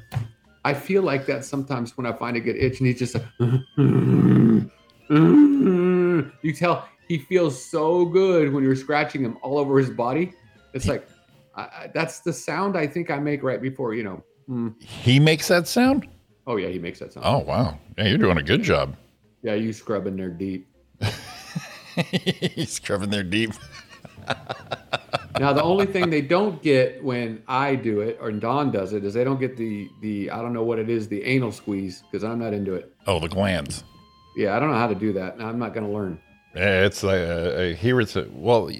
Speaker 6: I feel like that sometimes when I find a good itch, and he's just like, you tell he feels so good when you're scratching him all over his body. It's like, I, I, that's the sound I think I make right before you know. mm.
Speaker 7: He makes that sound.
Speaker 6: Oh yeah, he makes that sound.
Speaker 7: Oh wow. Yeah, you're doing a good job.
Speaker 6: Yeah, you scrubbing there deep.
Speaker 7: He's scrubbing there deep.
Speaker 6: Now the only thing they don't get when I do it or Don does it is they don't get the the I don't know what it is the anal squeeze because I'm not into it.
Speaker 7: Oh, the glands.
Speaker 6: Yeah, I don't know how to do that, and I'm not going to learn.
Speaker 7: Yeah, it's uh, I hear it's a, well.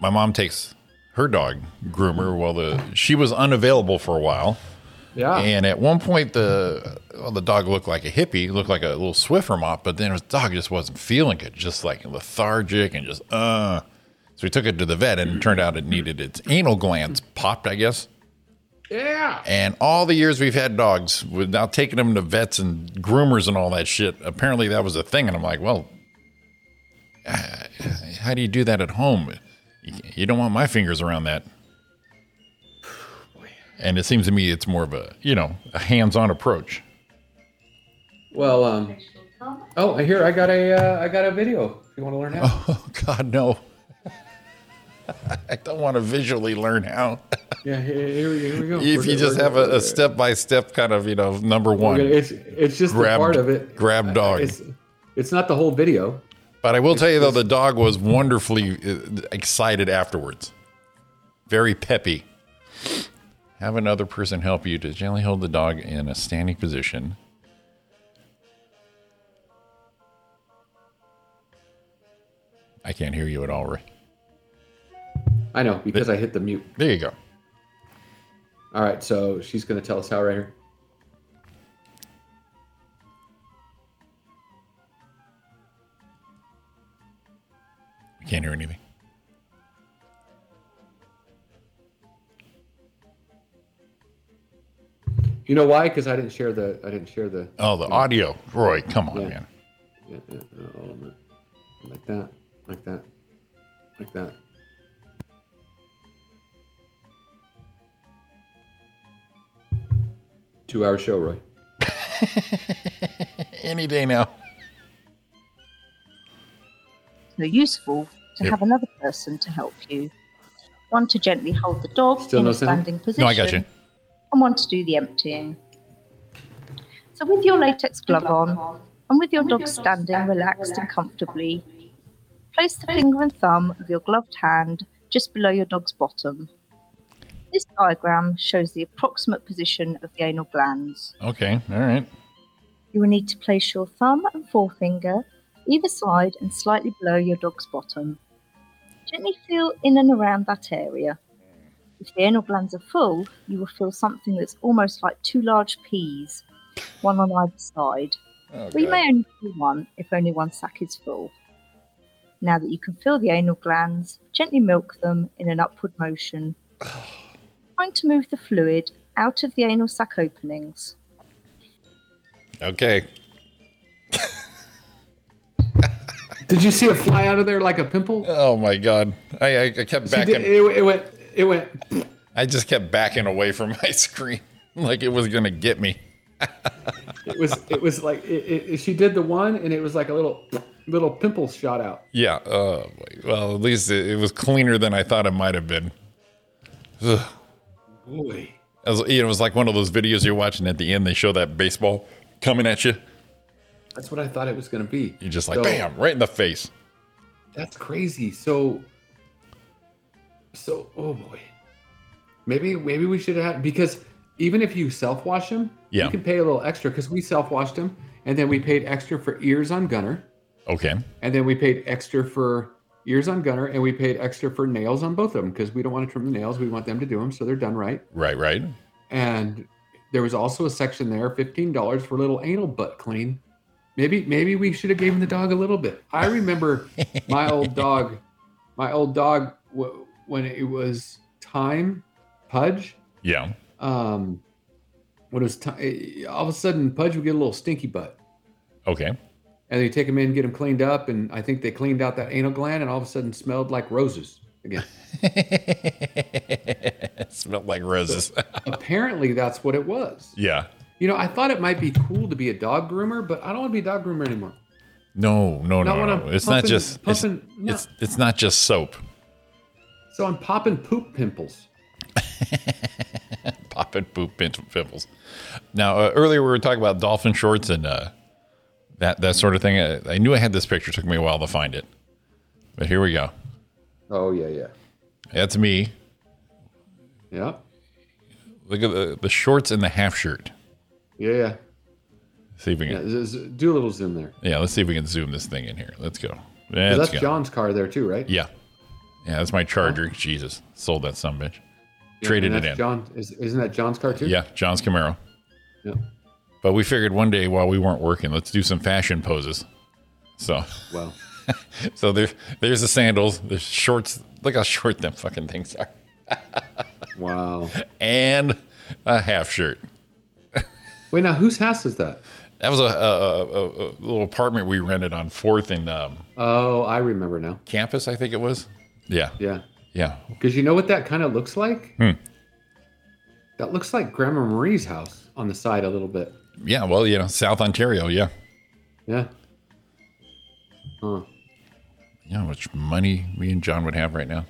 Speaker 7: My mom takes her dog groomer. Well, the she was unavailable for a while,
Speaker 6: Yeah,
Speaker 7: and at one point the well, the dog looked like a hippie, looked like a little Swiffer mop, but then his dog just wasn't feeling it, just like lethargic and just uh. So we took it to the vet, and it turned out it needed its anal glands popped, I guess.
Speaker 6: yeah.
Speaker 7: And all the years we've had dogs, without taking them to vets and groomers and all that shit, apparently that was a thing. And I'm like, well, uh, how do you do that at home? You- You don't want my fingers around that. And it seems to me it's more of a, you know, a hands-on approach.
Speaker 6: Well, um, oh, here I got a uh, I got a video. If you want to learn how,
Speaker 7: Oh God, no! I don't want to visually learn how.
Speaker 6: yeah, here, here, we- here we go.
Speaker 7: if you just have a, a step-by-step kind of, you know, number one,
Speaker 6: we it's it's just the
Speaker 7: grab
Speaker 6: part of it.
Speaker 7: grab dog.
Speaker 6: It's it's not the whole video.
Speaker 7: But I will tell you though, the dog was wonderfully uh, excited afterwards. Very peppy. Have another person help you to gently hold the dog in a standing position. I can't hear you at all, Rick.
Speaker 6: I know because I hit the mute.
Speaker 7: There you go.
Speaker 6: All right, so she's going to tell us how right here.
Speaker 7: Can't hear anything.
Speaker 6: You know why? Because I didn't share the. I didn't share the.
Speaker 7: Oh, the audio. Roy, come on,
Speaker 6: Yeah.
Speaker 7: man.
Speaker 6: Yeah, yeah, yeah, all of it. Like that. Like that. Like that. Two hour show, Roy.
Speaker 7: Any day now.
Speaker 10: so useful to
Speaker 7: Yep.
Speaker 10: have another person to help you. One to gently hold the dog
Speaker 6: Still
Speaker 10: in
Speaker 6: no
Speaker 10: a
Speaker 6: sound?
Speaker 10: standing position.
Speaker 7: No, I got you.
Speaker 10: And one to do the emptying. So with your latex glove on, and with your dog standing relaxed and comfortably, place the finger and thumb of your gloved hand just below your dog's bottom. This diagram shows the approximate position of the anal glands.
Speaker 7: Okay. All right.
Speaker 10: You will need to place your thumb and forefinger either side and slightly below your dog's bottom. Gently feel in and around that area. If the anal glands are full, you will feel something that's almost like two large peas, one on either side. But you may only feel one if only one sac is full. Now that you can feel the anal glands, gently milk them in an upward motion, trying to move the fluid out of the anal sac openings.
Speaker 7: Okay.
Speaker 6: Did you see it fly out of there like a pimple?
Speaker 7: Oh my God. I, I, I kept
Speaker 6: See, it,
Speaker 7: backing.
Speaker 6: it, it went. It went.
Speaker 7: I just kept backing away from my screen, like it was gonna get me.
Speaker 6: It was. It was like it, it, she did the one, and it was like a little, little pimple shot out.
Speaker 7: Yeah. Uh, well, at least it, it was cleaner than I thought it might have been. Ugh.
Speaker 6: Boy.
Speaker 7: It was, it was like one of those videos you're watching at the end. They show that baseball coming at you.
Speaker 6: That's what I thought it was going to be.
Speaker 7: You're just like,
Speaker 6: So-
Speaker 7: bam, right in the face.
Speaker 6: That's crazy. So, so oh boy, maybe maybe we should have because even if you self wash them,
Speaker 7: Yeah.
Speaker 6: you can pay a little extra because we self washed them and then we paid extra for ears on Gunner
Speaker 7: Okay.
Speaker 6: and then we paid extra for ears on Gunner and we paid extra for nails on both of them because we don't want to trim the nails. We want them to do them so they're done right.
Speaker 7: Right. Right.
Speaker 6: And there was also a section there, fifteen dollars for a little anal butt clean. Maybe maybe we should have given the dog a little bit. I remember my old dog, my old dog w- when it was time, Pudge.
Speaker 7: Yeah.
Speaker 6: Um, when it was time, all of a sudden Pudge would get a little stinky butt,
Speaker 7: Okay.
Speaker 6: and they take him in, get him cleaned up, and I think they cleaned out that anal gland, and all of a sudden smelled like roses again.
Speaker 7: smelled like roses.
Speaker 6: Apparently that's what it was.
Speaker 7: yeah.
Speaker 6: You know, I thought it might be cool to be a dog groomer, but I don't want to be a dog groomer anymore.
Speaker 7: No, no,
Speaker 6: Not
Speaker 7: no,
Speaker 6: when
Speaker 7: no.
Speaker 6: I'm
Speaker 7: It's not
Speaker 6: pumping-
Speaker 7: just it's,
Speaker 6: pumping- no.
Speaker 7: it's it's not just soap.
Speaker 6: So I'm popping poop pimples.
Speaker 7: Pop and poop pin- pimples. Now uh, earlier we were talking about dolphin shorts and uh, that that sort of thing. I, I knew I had this picture. It took me a while to find it, but here we go.
Speaker 6: Oh yeah, yeah,
Speaker 7: That's me.
Speaker 6: yeah,
Speaker 7: Look at the, the shorts and the half shirt.
Speaker 6: yeah, yeah.
Speaker 7: See if we
Speaker 6: yeah.
Speaker 7: can.
Speaker 6: z- z- Do a little zoom there. 'Cause
Speaker 7: Yeah, let's see if we can zoom this thing in here. Let's go.
Speaker 6: That's
Speaker 7: Let's go.
Speaker 6: John's car there too, right?
Speaker 7: Yeah, yeah. That's my charger. Jesus, sold that son of a bitch.
Speaker 6: Yeah,
Speaker 7: Traded
Speaker 6: and
Speaker 7: it
Speaker 6: that's
Speaker 7: in.
Speaker 6: John is, isn't that John's car too?
Speaker 7: Yeah, John's Camaro.
Speaker 6: Yeah.
Speaker 7: But we figured one day while we weren't working, let's do some fashion poses. So,
Speaker 6: Wow.
Speaker 7: so there, there's the sandals, there's shorts. Look how short them fucking things are,
Speaker 6: Wow.
Speaker 7: and a half shirt.
Speaker 6: Wait, now whose house is that?
Speaker 7: That was a, a, a, a- a little apartment we rented on Fourth and um,
Speaker 6: Oh, I remember now.
Speaker 7: Campus, I think it was. Yeah,
Speaker 6: Yeah,
Speaker 7: yeah.
Speaker 6: because you know what that kind of looks like.
Speaker 7: Hmm.
Speaker 6: That looks like Grandma Marie's house on the side a little bit.
Speaker 7: Yeah, well, you know, South Ontario, yeah.
Speaker 6: Yeah. Huh.
Speaker 7: You know how much money we and John would have right now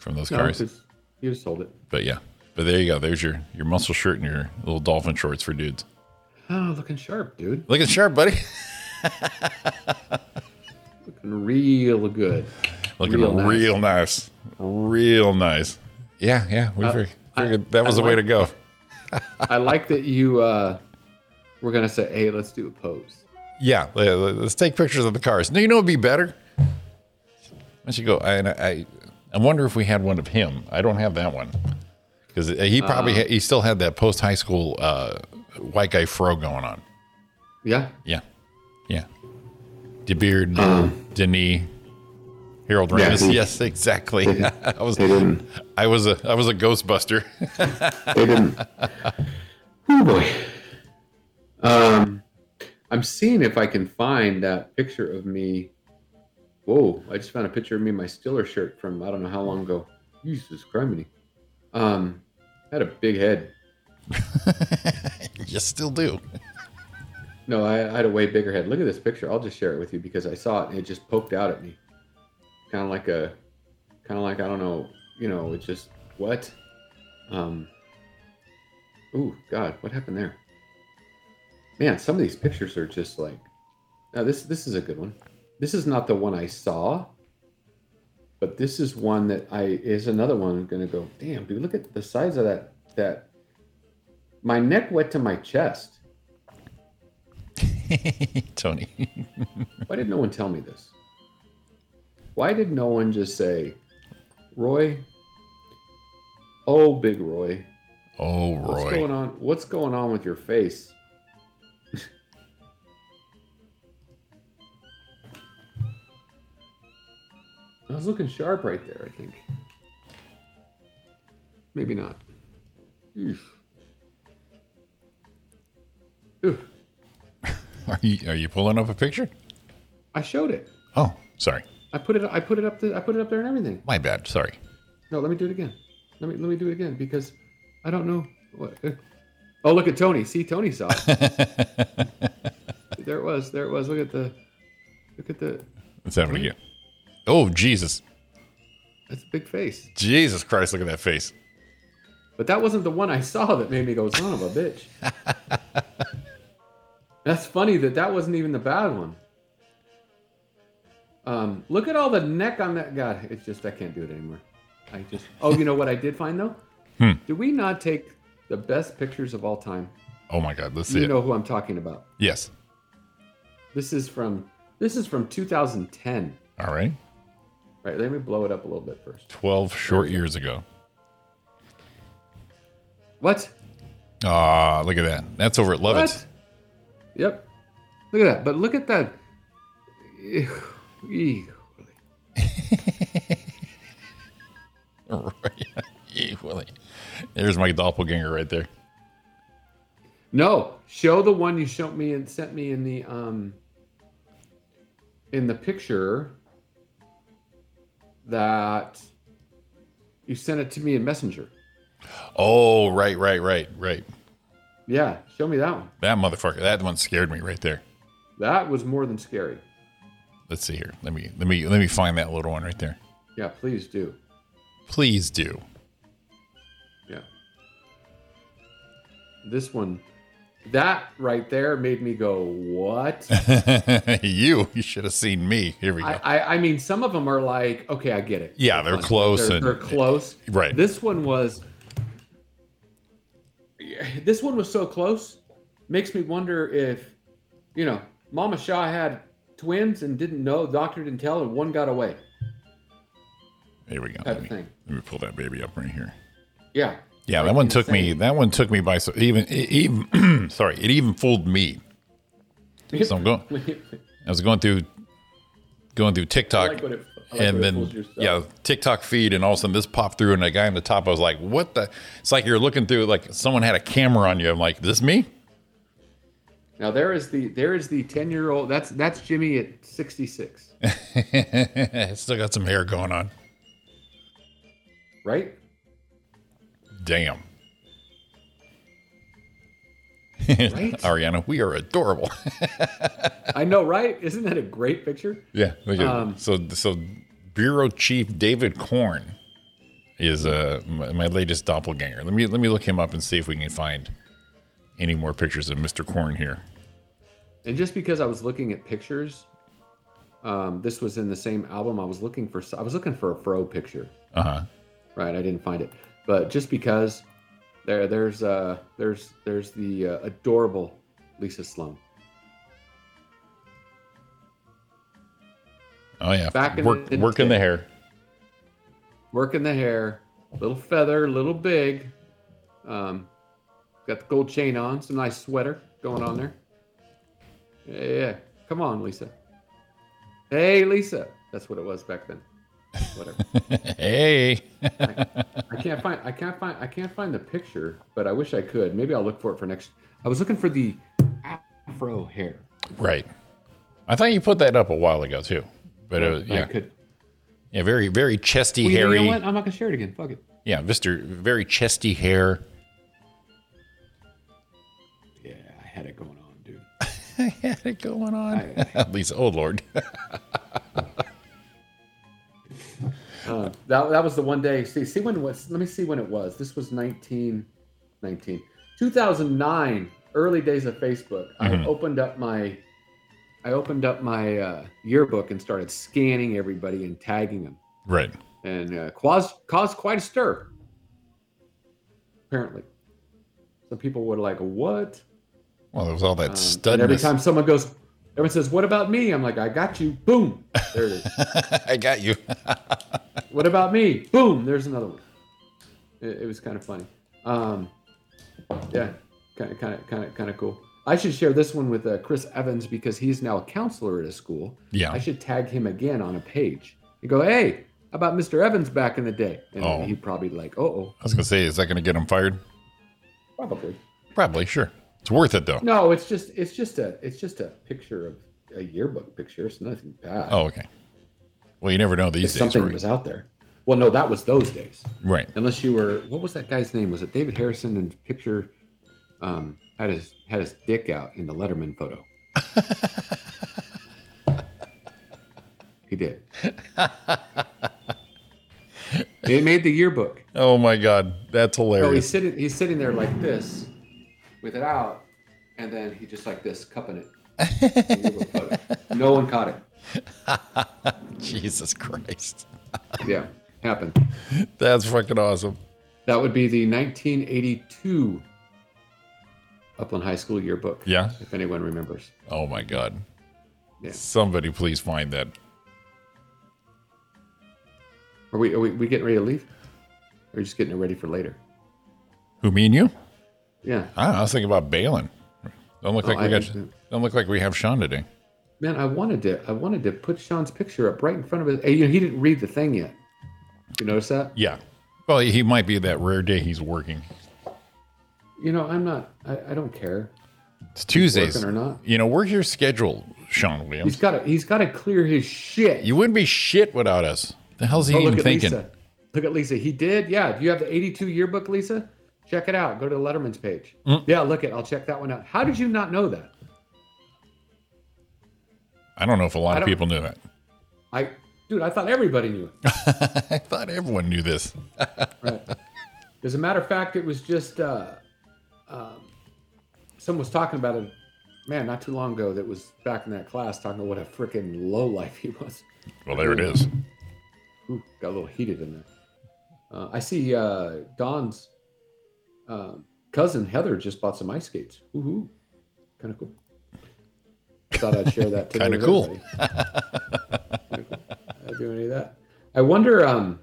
Speaker 7: from those
Speaker 6: No,
Speaker 7: cars.
Speaker 6: 'cause you just sold it.
Speaker 7: but yeah, but there you go. There's your your muscle shirt and your little dolphin shorts for dudes.
Speaker 6: Oh, looking sharp, dude.
Speaker 7: Looking sharp, buddy.
Speaker 6: Looking real good.
Speaker 7: Looking
Speaker 6: Real
Speaker 7: real,
Speaker 6: nice.
Speaker 7: nice. Real nice. Uh, Yeah, yeah. We fig- figured that was the way to go.
Speaker 6: I like that you uh, were gonna say, "Hey, let's do a pose."
Speaker 7: Yeah, le- le- let's take pictures of the cars. No, you know it'd be better. Why don't you go? I, and I, I wonder if we had one of him. I don't have that one because he probably ha- he still had that post high school uh, white guy fro going on.
Speaker 6: Yeah,
Speaker 7: Um. Yeah, yeah. De beard, De knee, Harold
Speaker 11: Yeah,
Speaker 7: Ramis.
Speaker 11: he-
Speaker 7: yes, exactly. I was
Speaker 11: they didn't.
Speaker 7: I was a I was a Ghostbuster.
Speaker 11: They didn't.
Speaker 6: Oh boy. Um, I'm seeing if I can find that picture of me. Whoa! I just found a picture of me in my Stiller shirt from I don't know how long ago. Jesus criminy. Um, I had a big head.
Speaker 7: you still do.
Speaker 6: No, I, I had a way bigger head. Look at this picture. I'll just share it with you because I saw it and it just poked out at me, kind of like a, kind of like I don't know, you know, it's just what. Um. Ooh, God, what happened there? Man, some of these pictures are just like. Now this this is a good one. This is not the one I saw. But this is one that I is another one. I'm gonna go. Damn, dude, look at the size of that that. My neck went to my chest.
Speaker 7: Tony.
Speaker 6: Why did no one tell me this? Why did no one just say, Roy? Oh, big Roy.
Speaker 7: Oh,
Speaker 6: What's
Speaker 7: Roy.
Speaker 6: going on? What's going on with your face? I was looking sharp right there, I think. Maybe not. Oof. Oof.
Speaker 7: Are you are you pulling up a picture?
Speaker 6: I showed it.
Speaker 7: Oh, sorry.
Speaker 6: I put it I put it up the, I put it up there and everything.
Speaker 7: My bad. Sorry.
Speaker 6: No, let me do it again. Let me let me do it again because I don't know what. eh. Oh, look at Tony. See, Tony saw it. there it was. There it was. Look at the. Look at the.
Speaker 7: Let's have it
Speaker 6: Hmm?
Speaker 7: again. Oh, Jesus.
Speaker 6: That's a big face.
Speaker 7: Jesus Christ, look at that face.
Speaker 6: But that wasn't the one I saw that made me go, son of a bitch. That's funny that that wasn't even the bad one. Um, look at all the neck on that. God, it's just I can't do it anymore. I just. Oh, you know what I did find though?
Speaker 7: Hmm.
Speaker 6: Did we not take the best pictures of all time?
Speaker 7: Oh my god, let's see
Speaker 6: You
Speaker 7: it.
Speaker 6: know who I'm talking about.
Speaker 7: Yes.
Speaker 6: This is from this is from 2010.
Speaker 7: All right.
Speaker 6: Right, let me blow it up a little bit first.
Speaker 7: 12 short years ago.
Speaker 6: What?
Speaker 7: Ah, look at that. That's over at Lovett's.
Speaker 6: What? Yep. Look at that. But look at that. Ew, ew.
Speaker 7: Roy. Willie. There's my doppelganger right there.
Speaker 6: No, show the one you showed me and sent me in the um in the picture that you sent it to me in Messenger.
Speaker 7: Oh, right, right, right, right.
Speaker 6: Yeah, show me that one.
Speaker 7: That motherfucker. That one scared me right there.
Speaker 6: That was more than scary.
Speaker 7: Let's see here. Let me let me let me find that little one right there.
Speaker 6: Yeah, please do.
Speaker 7: Please do.
Speaker 6: Yeah. This one, that right there made me go, what?
Speaker 7: you you should have seen me. Here we go.
Speaker 6: I, I, I mean, some of them are like, okay, I get it.
Speaker 7: yeah, they're
Speaker 6: Fine.
Speaker 7: close
Speaker 6: They're,
Speaker 7: and
Speaker 6: they're close.
Speaker 7: right.
Speaker 6: This one was, this one was so close, makes me wonder if, you know, Mama Shaw had twins and didn't know, doctor didn't tell, and one got away.
Speaker 7: Here we go.
Speaker 6: Type
Speaker 7: Let
Speaker 6: of
Speaker 7: me,
Speaker 6: thing.
Speaker 7: let me pull that baby up right here.
Speaker 6: Yeah.
Speaker 7: Yeah, that
Speaker 6: Like
Speaker 7: one took me.
Speaker 6: insane.
Speaker 7: That one took me by so even it even. sorry, it even fooled me. So I'm going. I was going through, going
Speaker 6: I
Speaker 7: through TikTok,
Speaker 6: like when it- I like
Speaker 7: and
Speaker 6: when it fools
Speaker 7: then
Speaker 6: yourself.
Speaker 7: yeah, TikTok feed, and all of a sudden this popped through, and the guy on the top, I was like, "What the?" It's like you're looking through, like someone had a camera on you. I'm like, "This me?"
Speaker 6: Now there is the there is the ten year old. That's that's Jimmy at sixty six,
Speaker 7: Still got some hair going on.
Speaker 6: right?
Speaker 7: Damn.
Speaker 6: Right?
Speaker 7: Ariana, we are adorable.
Speaker 6: I know, right? Isn't that a great picture?
Speaker 7: yeah. Look at,
Speaker 6: Um,
Speaker 7: so so Bureau Chief David Korn is uh my, my latest doppelganger. Let me let me look him up and see if we can find any more pictures of Mr. Korn here.
Speaker 6: And just because I was looking at pictures, um, this was in the same album. I was looking for I was looking for a fro picture,
Speaker 7: Uh huh.
Speaker 6: right? I didn't find it, but just because there there's uh there's there's the uh, adorable Lisa Sloan.
Speaker 7: Oh yeah.
Speaker 6: Back in
Speaker 7: work
Speaker 6: the
Speaker 7: work in the hair.
Speaker 6: working the hair, little feather, little big. Um, got the gold chain on, some nice sweater going on there. Yeah, yeah, yeah. Come on, Lisa. Hey, Lisa. That's what it was back then. Whatever.
Speaker 7: Hey.
Speaker 6: I can't find. I can't find. I can't find the picture, but I wish I could. Maybe I'll look for it for next. I was looking for the afro hair,
Speaker 7: Right. I thought you put that up a while ago too. But it was,
Speaker 6: I
Speaker 7: yeah.
Speaker 6: could.
Speaker 7: Yeah, very very chesty,
Speaker 6: Well, you know-
Speaker 7: hairy.
Speaker 6: You know what? I'm not gonna share it again. Fuck it.
Speaker 7: Yeah, Mister very chesty hair.
Speaker 6: Yeah, I had it going on, dude.
Speaker 7: had it going on. At least, oh lord.
Speaker 6: Uh, that, that was the one day. See, see when it was. Let me see when it was. This was 19, 19 2009, early days of Facebook. I opened up my, I opened up my uh, yearbook and started scanning everybody and tagging them,
Speaker 7: right.
Speaker 6: and uh, caused caused quite a stir. Apparently, some people were like, "What?"
Speaker 7: Well, there was all that
Speaker 6: Um, and every
Speaker 7: studness.
Speaker 6: time someone goes, everyone says, "What about me?" I'm like, "I got you." Boom, there it is.
Speaker 7: I got you.
Speaker 6: What about me? Boom, there's another one. It, it was kind of funny. Um, yeah, kind of, kind of, kind of, kind of cool. I should share this one with uh, Chris Evans because he's now a counselor at a school.
Speaker 7: Yeah.
Speaker 6: I should tag him again on a page and go, "Hey, how about Mr. Evans back in the day?" And
Speaker 7: Oh.
Speaker 6: he'd probably be like, "Oh, oh,
Speaker 7: I was gonna say, is that gonna get him fired?
Speaker 6: probably."
Speaker 7: Probably, sure. It's worth it though.
Speaker 6: No, it's just, it's just a, it's just a picture of a yearbook picture. It's nothing bad.
Speaker 7: Oh, okay. Well, you never know
Speaker 6: if
Speaker 7: these days,
Speaker 6: something
Speaker 7: right?
Speaker 6: was out there. Well, no, that was those days.
Speaker 7: right?
Speaker 6: unless you were what was that guy's name? Was it David Harrison? And picture um, had his had his dick out in the Letterman photo. he did. it made the yearbook.
Speaker 7: Oh my God, that's
Speaker 6: So he's
Speaker 7: hilarious.
Speaker 6: sitting he's sitting there like this, with it out, and then he just like this cupping it. The yearbook photo. No one caught it. Oh,
Speaker 7: Jesus Christ,
Speaker 6: Yeah, happened.
Speaker 7: that's fucking awesome.
Speaker 6: That would be the 1982 Upland High School yearbook.
Speaker 7: Yeah.
Speaker 6: if anyone remembers.
Speaker 7: Oh my God.
Speaker 6: Yeah.
Speaker 7: Somebody please find that.
Speaker 6: Are we are we, we getting ready to leave? Or are we just getting it ready for later?
Speaker 7: Who me and you?
Speaker 6: Yeah.
Speaker 7: I, don't know, I was thinking about bailing. Don't look
Speaker 6: Oh,
Speaker 7: like we
Speaker 6: I
Speaker 7: got.
Speaker 6: think
Speaker 7: Don't look like we have Sean today.
Speaker 6: Man, I wanted to I wanted to put Sean's picture up right in front of his hey, you know, he didn't read the thing yet. You notice that?
Speaker 7: Yeah. Well, he might be that rare day he's working.
Speaker 6: You know, I'm not I, I don't care.
Speaker 7: It's Tuesdays.
Speaker 6: working or not.
Speaker 7: You know, work your schedule, Sean
Speaker 6: He's
Speaker 7: Williams.
Speaker 6: gotta he's gotta clear his shit.
Speaker 7: You wouldn't be shit without us. The hell's he
Speaker 6: Oh,
Speaker 7: even thinking?
Speaker 6: Lisa. Look at Lisa. He did, yeah. Do you have the 82 yearbook, Lisa? Check it out. Go to the Letterman's page.
Speaker 7: Mm.
Speaker 6: Yeah, look it. I'll check that one out. How did you not know that?
Speaker 7: I don't know if a lot
Speaker 6: I
Speaker 7: of
Speaker 6: don't-
Speaker 7: people knew that.
Speaker 6: I dude, I thought everybody knew it.
Speaker 7: I thought everyone knew this.
Speaker 6: As a matter of fact, it was just uh, um, someone was talking about it, man, not too long ago. That was back in that class talking about what a freaking low life he was.
Speaker 7: Well, there it is.
Speaker 6: Ooh, got a little heated in there. Uh, I see uh, Don's uh, cousin Heather just bought some ice skates. Woohoo! Kind of cool. I thought I'd share that. today
Speaker 7: Kinda
Speaker 6: with
Speaker 7: cool.
Speaker 6: everybody. Kinda cool. I don't do any of that. I wonder. Um,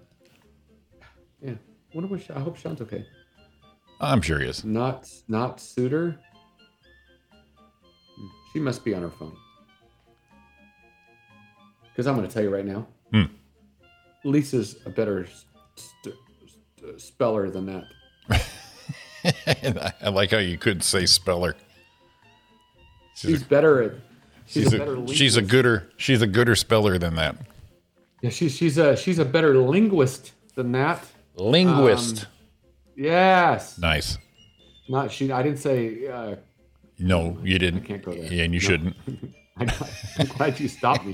Speaker 6: yeah, wonder what. Sha- I hope Sean's okay.
Speaker 7: I'm sure he is.
Speaker 6: Not not suitor. Hmm, She must be on her phone. Because I'm going to tell you right now,
Speaker 7: Hmm.
Speaker 6: Lisa's a better s- st- st- speller than that.
Speaker 7: And I, I like how you couldn't say speller. She's a-
Speaker 6: She's better at. She's,
Speaker 7: She's
Speaker 6: a, better.
Speaker 7: a,
Speaker 6: linguist.
Speaker 7: she's a gooder. She's a gooder speller than that.
Speaker 6: Yeah, she's she's a she's a better linguist than that. Um,
Speaker 7: Linguist.
Speaker 6: Yes.
Speaker 7: nice.
Speaker 6: Not she. I didn't say. Uh,
Speaker 7: No, you didn't.
Speaker 6: can't go there.
Speaker 7: Yeah, and you shouldn't.
Speaker 6: I'm glad- I'm glad you stopped me.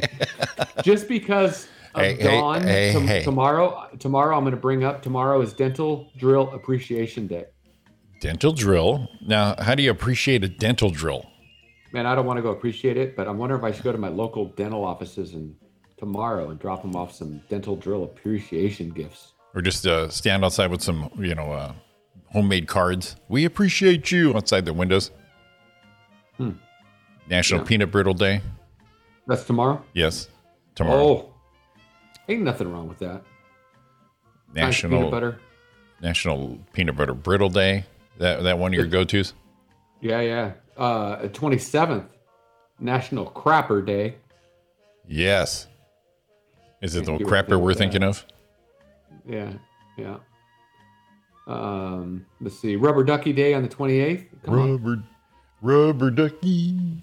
Speaker 6: Just because of
Speaker 7: Hey, hey,
Speaker 6: Dawn
Speaker 7: hey,
Speaker 6: tom-
Speaker 7: hey.
Speaker 6: tomorrow, tomorrow I'm going to bring up. Tomorrow is Dental Drill Appreciation Day.
Speaker 7: Dental drill. Now, how do you appreciate a dental drill?
Speaker 6: Man, I don't want to go appreciate it, but I'm wondering if I should go to my local dental offices and tomorrow and drop them off some dental drill appreciation gifts.
Speaker 7: Or just uh, stand outside with some, you know, uh, homemade cards. We appreciate you outside their windows. National
Speaker 6: Hmm. Yeah.
Speaker 7: Peanut Brittle Day.
Speaker 6: That's tomorrow.
Speaker 7: Yes. Tomorrow.
Speaker 6: Oh, ain't nothing wrong with that. Nice
Speaker 7: National
Speaker 6: peanut butter.
Speaker 7: National Peanut Butter Brittle Day. That that one of your go tos.
Speaker 6: Yeah, yeah. Uh, 27th, National Crapper Day.
Speaker 7: Yes. Is it the
Speaker 6: Can't do
Speaker 7: crapper
Speaker 6: anything
Speaker 7: we're
Speaker 6: with
Speaker 7: thinking
Speaker 6: that.
Speaker 7: of?
Speaker 6: Yeah, yeah. Um, let's see. Rubber Ducky Day on the 28th. Come on.
Speaker 7: Rubber, rubber ducky.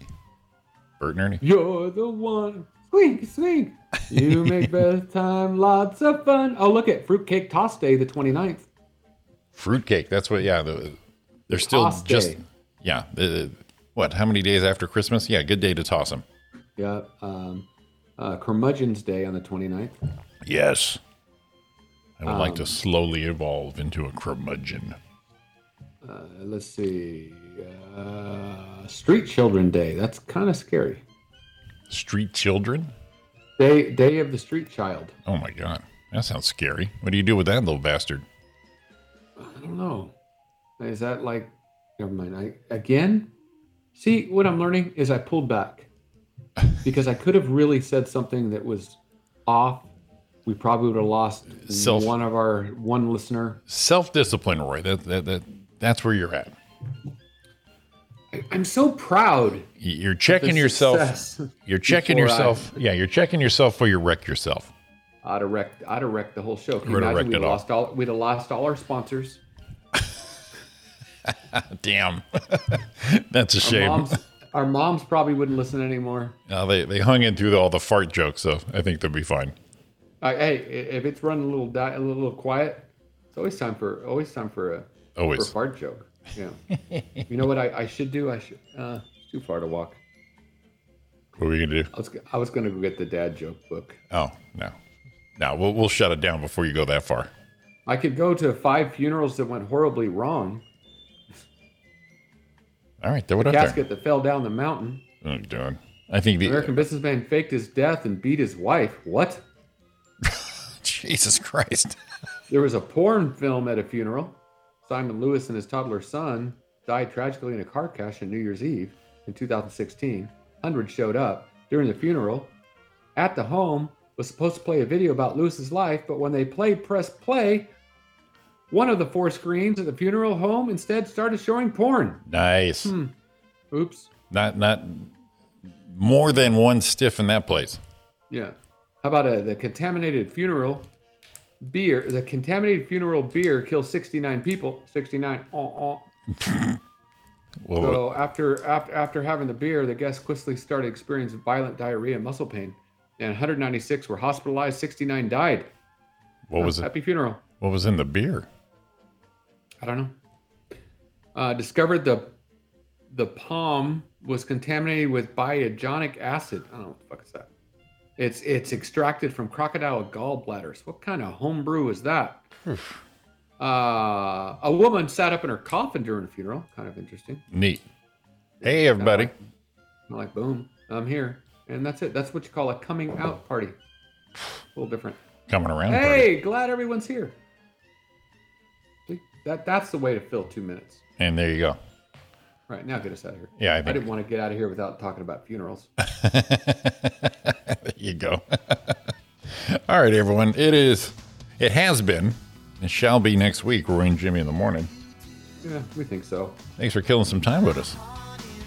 Speaker 7: Bert and Ernie.
Speaker 6: You're the one. Swing, swing. You make best time lots of fun. Oh, look at Fruitcake Toss Day, the 29th.
Speaker 7: Fruitcake. That's what. Yeah, the, they're still
Speaker 6: Toss
Speaker 7: just.
Speaker 6: day.
Speaker 7: Yeah. the- what? How many days after Christmas? Yeah, good day to toss them.
Speaker 6: Yeah. Um, uh, Curmudgeon's Day on the 29th.
Speaker 7: Yes. I would like to
Speaker 6: Um,
Speaker 7: slowly evolve into a curmudgeon.
Speaker 6: Uh, let's see. Uh, Street Children Day. That's kind of scary.
Speaker 7: Street children.
Speaker 6: Day Day of the Street Child.
Speaker 7: Oh my god, that sounds scary. What do you do with that little bastard?
Speaker 6: I don't know. Is that like? Never mind. I again. See what I'm learning is I pulled back because I could have really said something that was off. We probably would have lost
Speaker 7: Self-
Speaker 6: one of our one listener.
Speaker 7: Self discipline, Roy. That, that that that's where you're at.
Speaker 6: I, I'm so proud. of
Speaker 7: Y- You're
Speaker 6: the
Speaker 7: checking yourself.
Speaker 6: success.
Speaker 7: You're checking
Speaker 6: before I-
Speaker 7: yourself. Yeah, you're checking yourself before you wreck yourself.
Speaker 6: I'd have wrecked. I'd have wrecked the whole show. Can
Speaker 7: You
Speaker 6: you
Speaker 7: would've
Speaker 6: imagine
Speaker 7: wrecked
Speaker 6: we
Speaker 7: it all.
Speaker 6: lost all? We'd have lost all our sponsors.
Speaker 7: Damn, that's a
Speaker 6: Our
Speaker 7: shame.
Speaker 6: moms. Our moms probably wouldn't listen anymore.
Speaker 7: No, they they hung in through all the fart jokes, so I think they'll be fine.
Speaker 6: I, hey, i- if it's running a little di- a little quiet, it's always time for always time for a for a
Speaker 7: Always.
Speaker 6: fart joke. Yeah. you know what I, I should do? I should. Uh, it's too far to walk.
Speaker 7: What are we gonna do?
Speaker 6: I was g- I was gonna go get the dad joke book.
Speaker 7: Oh no, no. We'll we'll shut it down before you go that far.
Speaker 6: I could go to five funerals that went horribly wrong.
Speaker 7: All right, throw it up there.
Speaker 6: Casket that fell down the mountain.
Speaker 7: Oh, darn. I think the
Speaker 6: American businessman faked his death and beat his wife. What?
Speaker 7: Jesus Christ.
Speaker 6: There was a porn film at a funeral. Simon Lewis and his toddler son died tragically in a car crash on New Year's Eve in 2016. Hundred showed up during the funeral. At the home was supposed to play a video about Lewis's life, but when they played press play, one of the four screens at the funeral home instead started showing porn.
Speaker 7: Nice.
Speaker 6: Hmm. Oops.
Speaker 7: Not not more than one stiff in that place.
Speaker 6: Yeah. How about uh, the contaminated funeral beer? The contaminated funeral beer killed 69 people. 69. Uh, uh,
Speaker 7: Well,
Speaker 6: So after after after having the beer, the guests quickly started experiencing violent diarrhea and muscle pain, and 196 were hospitalized, 69 died.
Speaker 7: what was it?
Speaker 6: Happy funeral.
Speaker 7: What was in the beer?
Speaker 6: I don't know. Uh, discovered the the palm was contaminated with biogenic acid. I don't know what the fuck is that. It's it's extracted from crocodile gallbladders. What kind of homebrew is that? Uh, a woman sat up in her coffin during a funeral. Kind of interesting.
Speaker 7: Neat. Hey everybody.
Speaker 6: I'm like, boom, I'm here. And that's it. That's what you call a coming out party. A little different.
Speaker 7: Coming around. party.
Speaker 6: Hey, glad everyone's here. See, That that's the way to fill two minutes.
Speaker 7: And there you go.
Speaker 6: All Right now, get us out of here.
Speaker 7: Yeah, I
Speaker 6: I
Speaker 7: think-
Speaker 6: didn't want to get out of here without talking about funerals.
Speaker 7: there you go. All right, everyone. It is it has been. It shall be next week. Roy and Jimmy in the morning.
Speaker 6: yeah, we think so.
Speaker 7: Thanks for killing some time with us.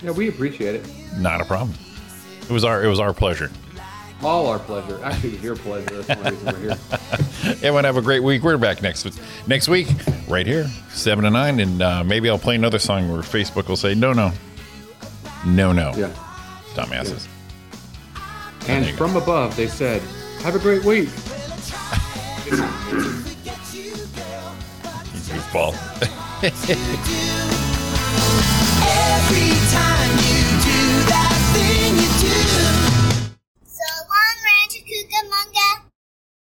Speaker 6: Yeah, we appreciate it.
Speaker 7: Not a problem. It was our it was our pleasure.
Speaker 6: All our pleasure. Actually, it was your pleasure. That's one reason we're here.
Speaker 7: Everyone have a great week. We're back next next week, right here, seven to nine, and uh, maybe I'll play another song where Facebook will say, "No, no, no, no,
Speaker 6: Yeah.
Speaker 7: dumbasses."
Speaker 6: And
Speaker 7: there you go.
Speaker 6: from above, they said, "Have a great week."
Speaker 7: You goofball.
Speaker 4: Every time you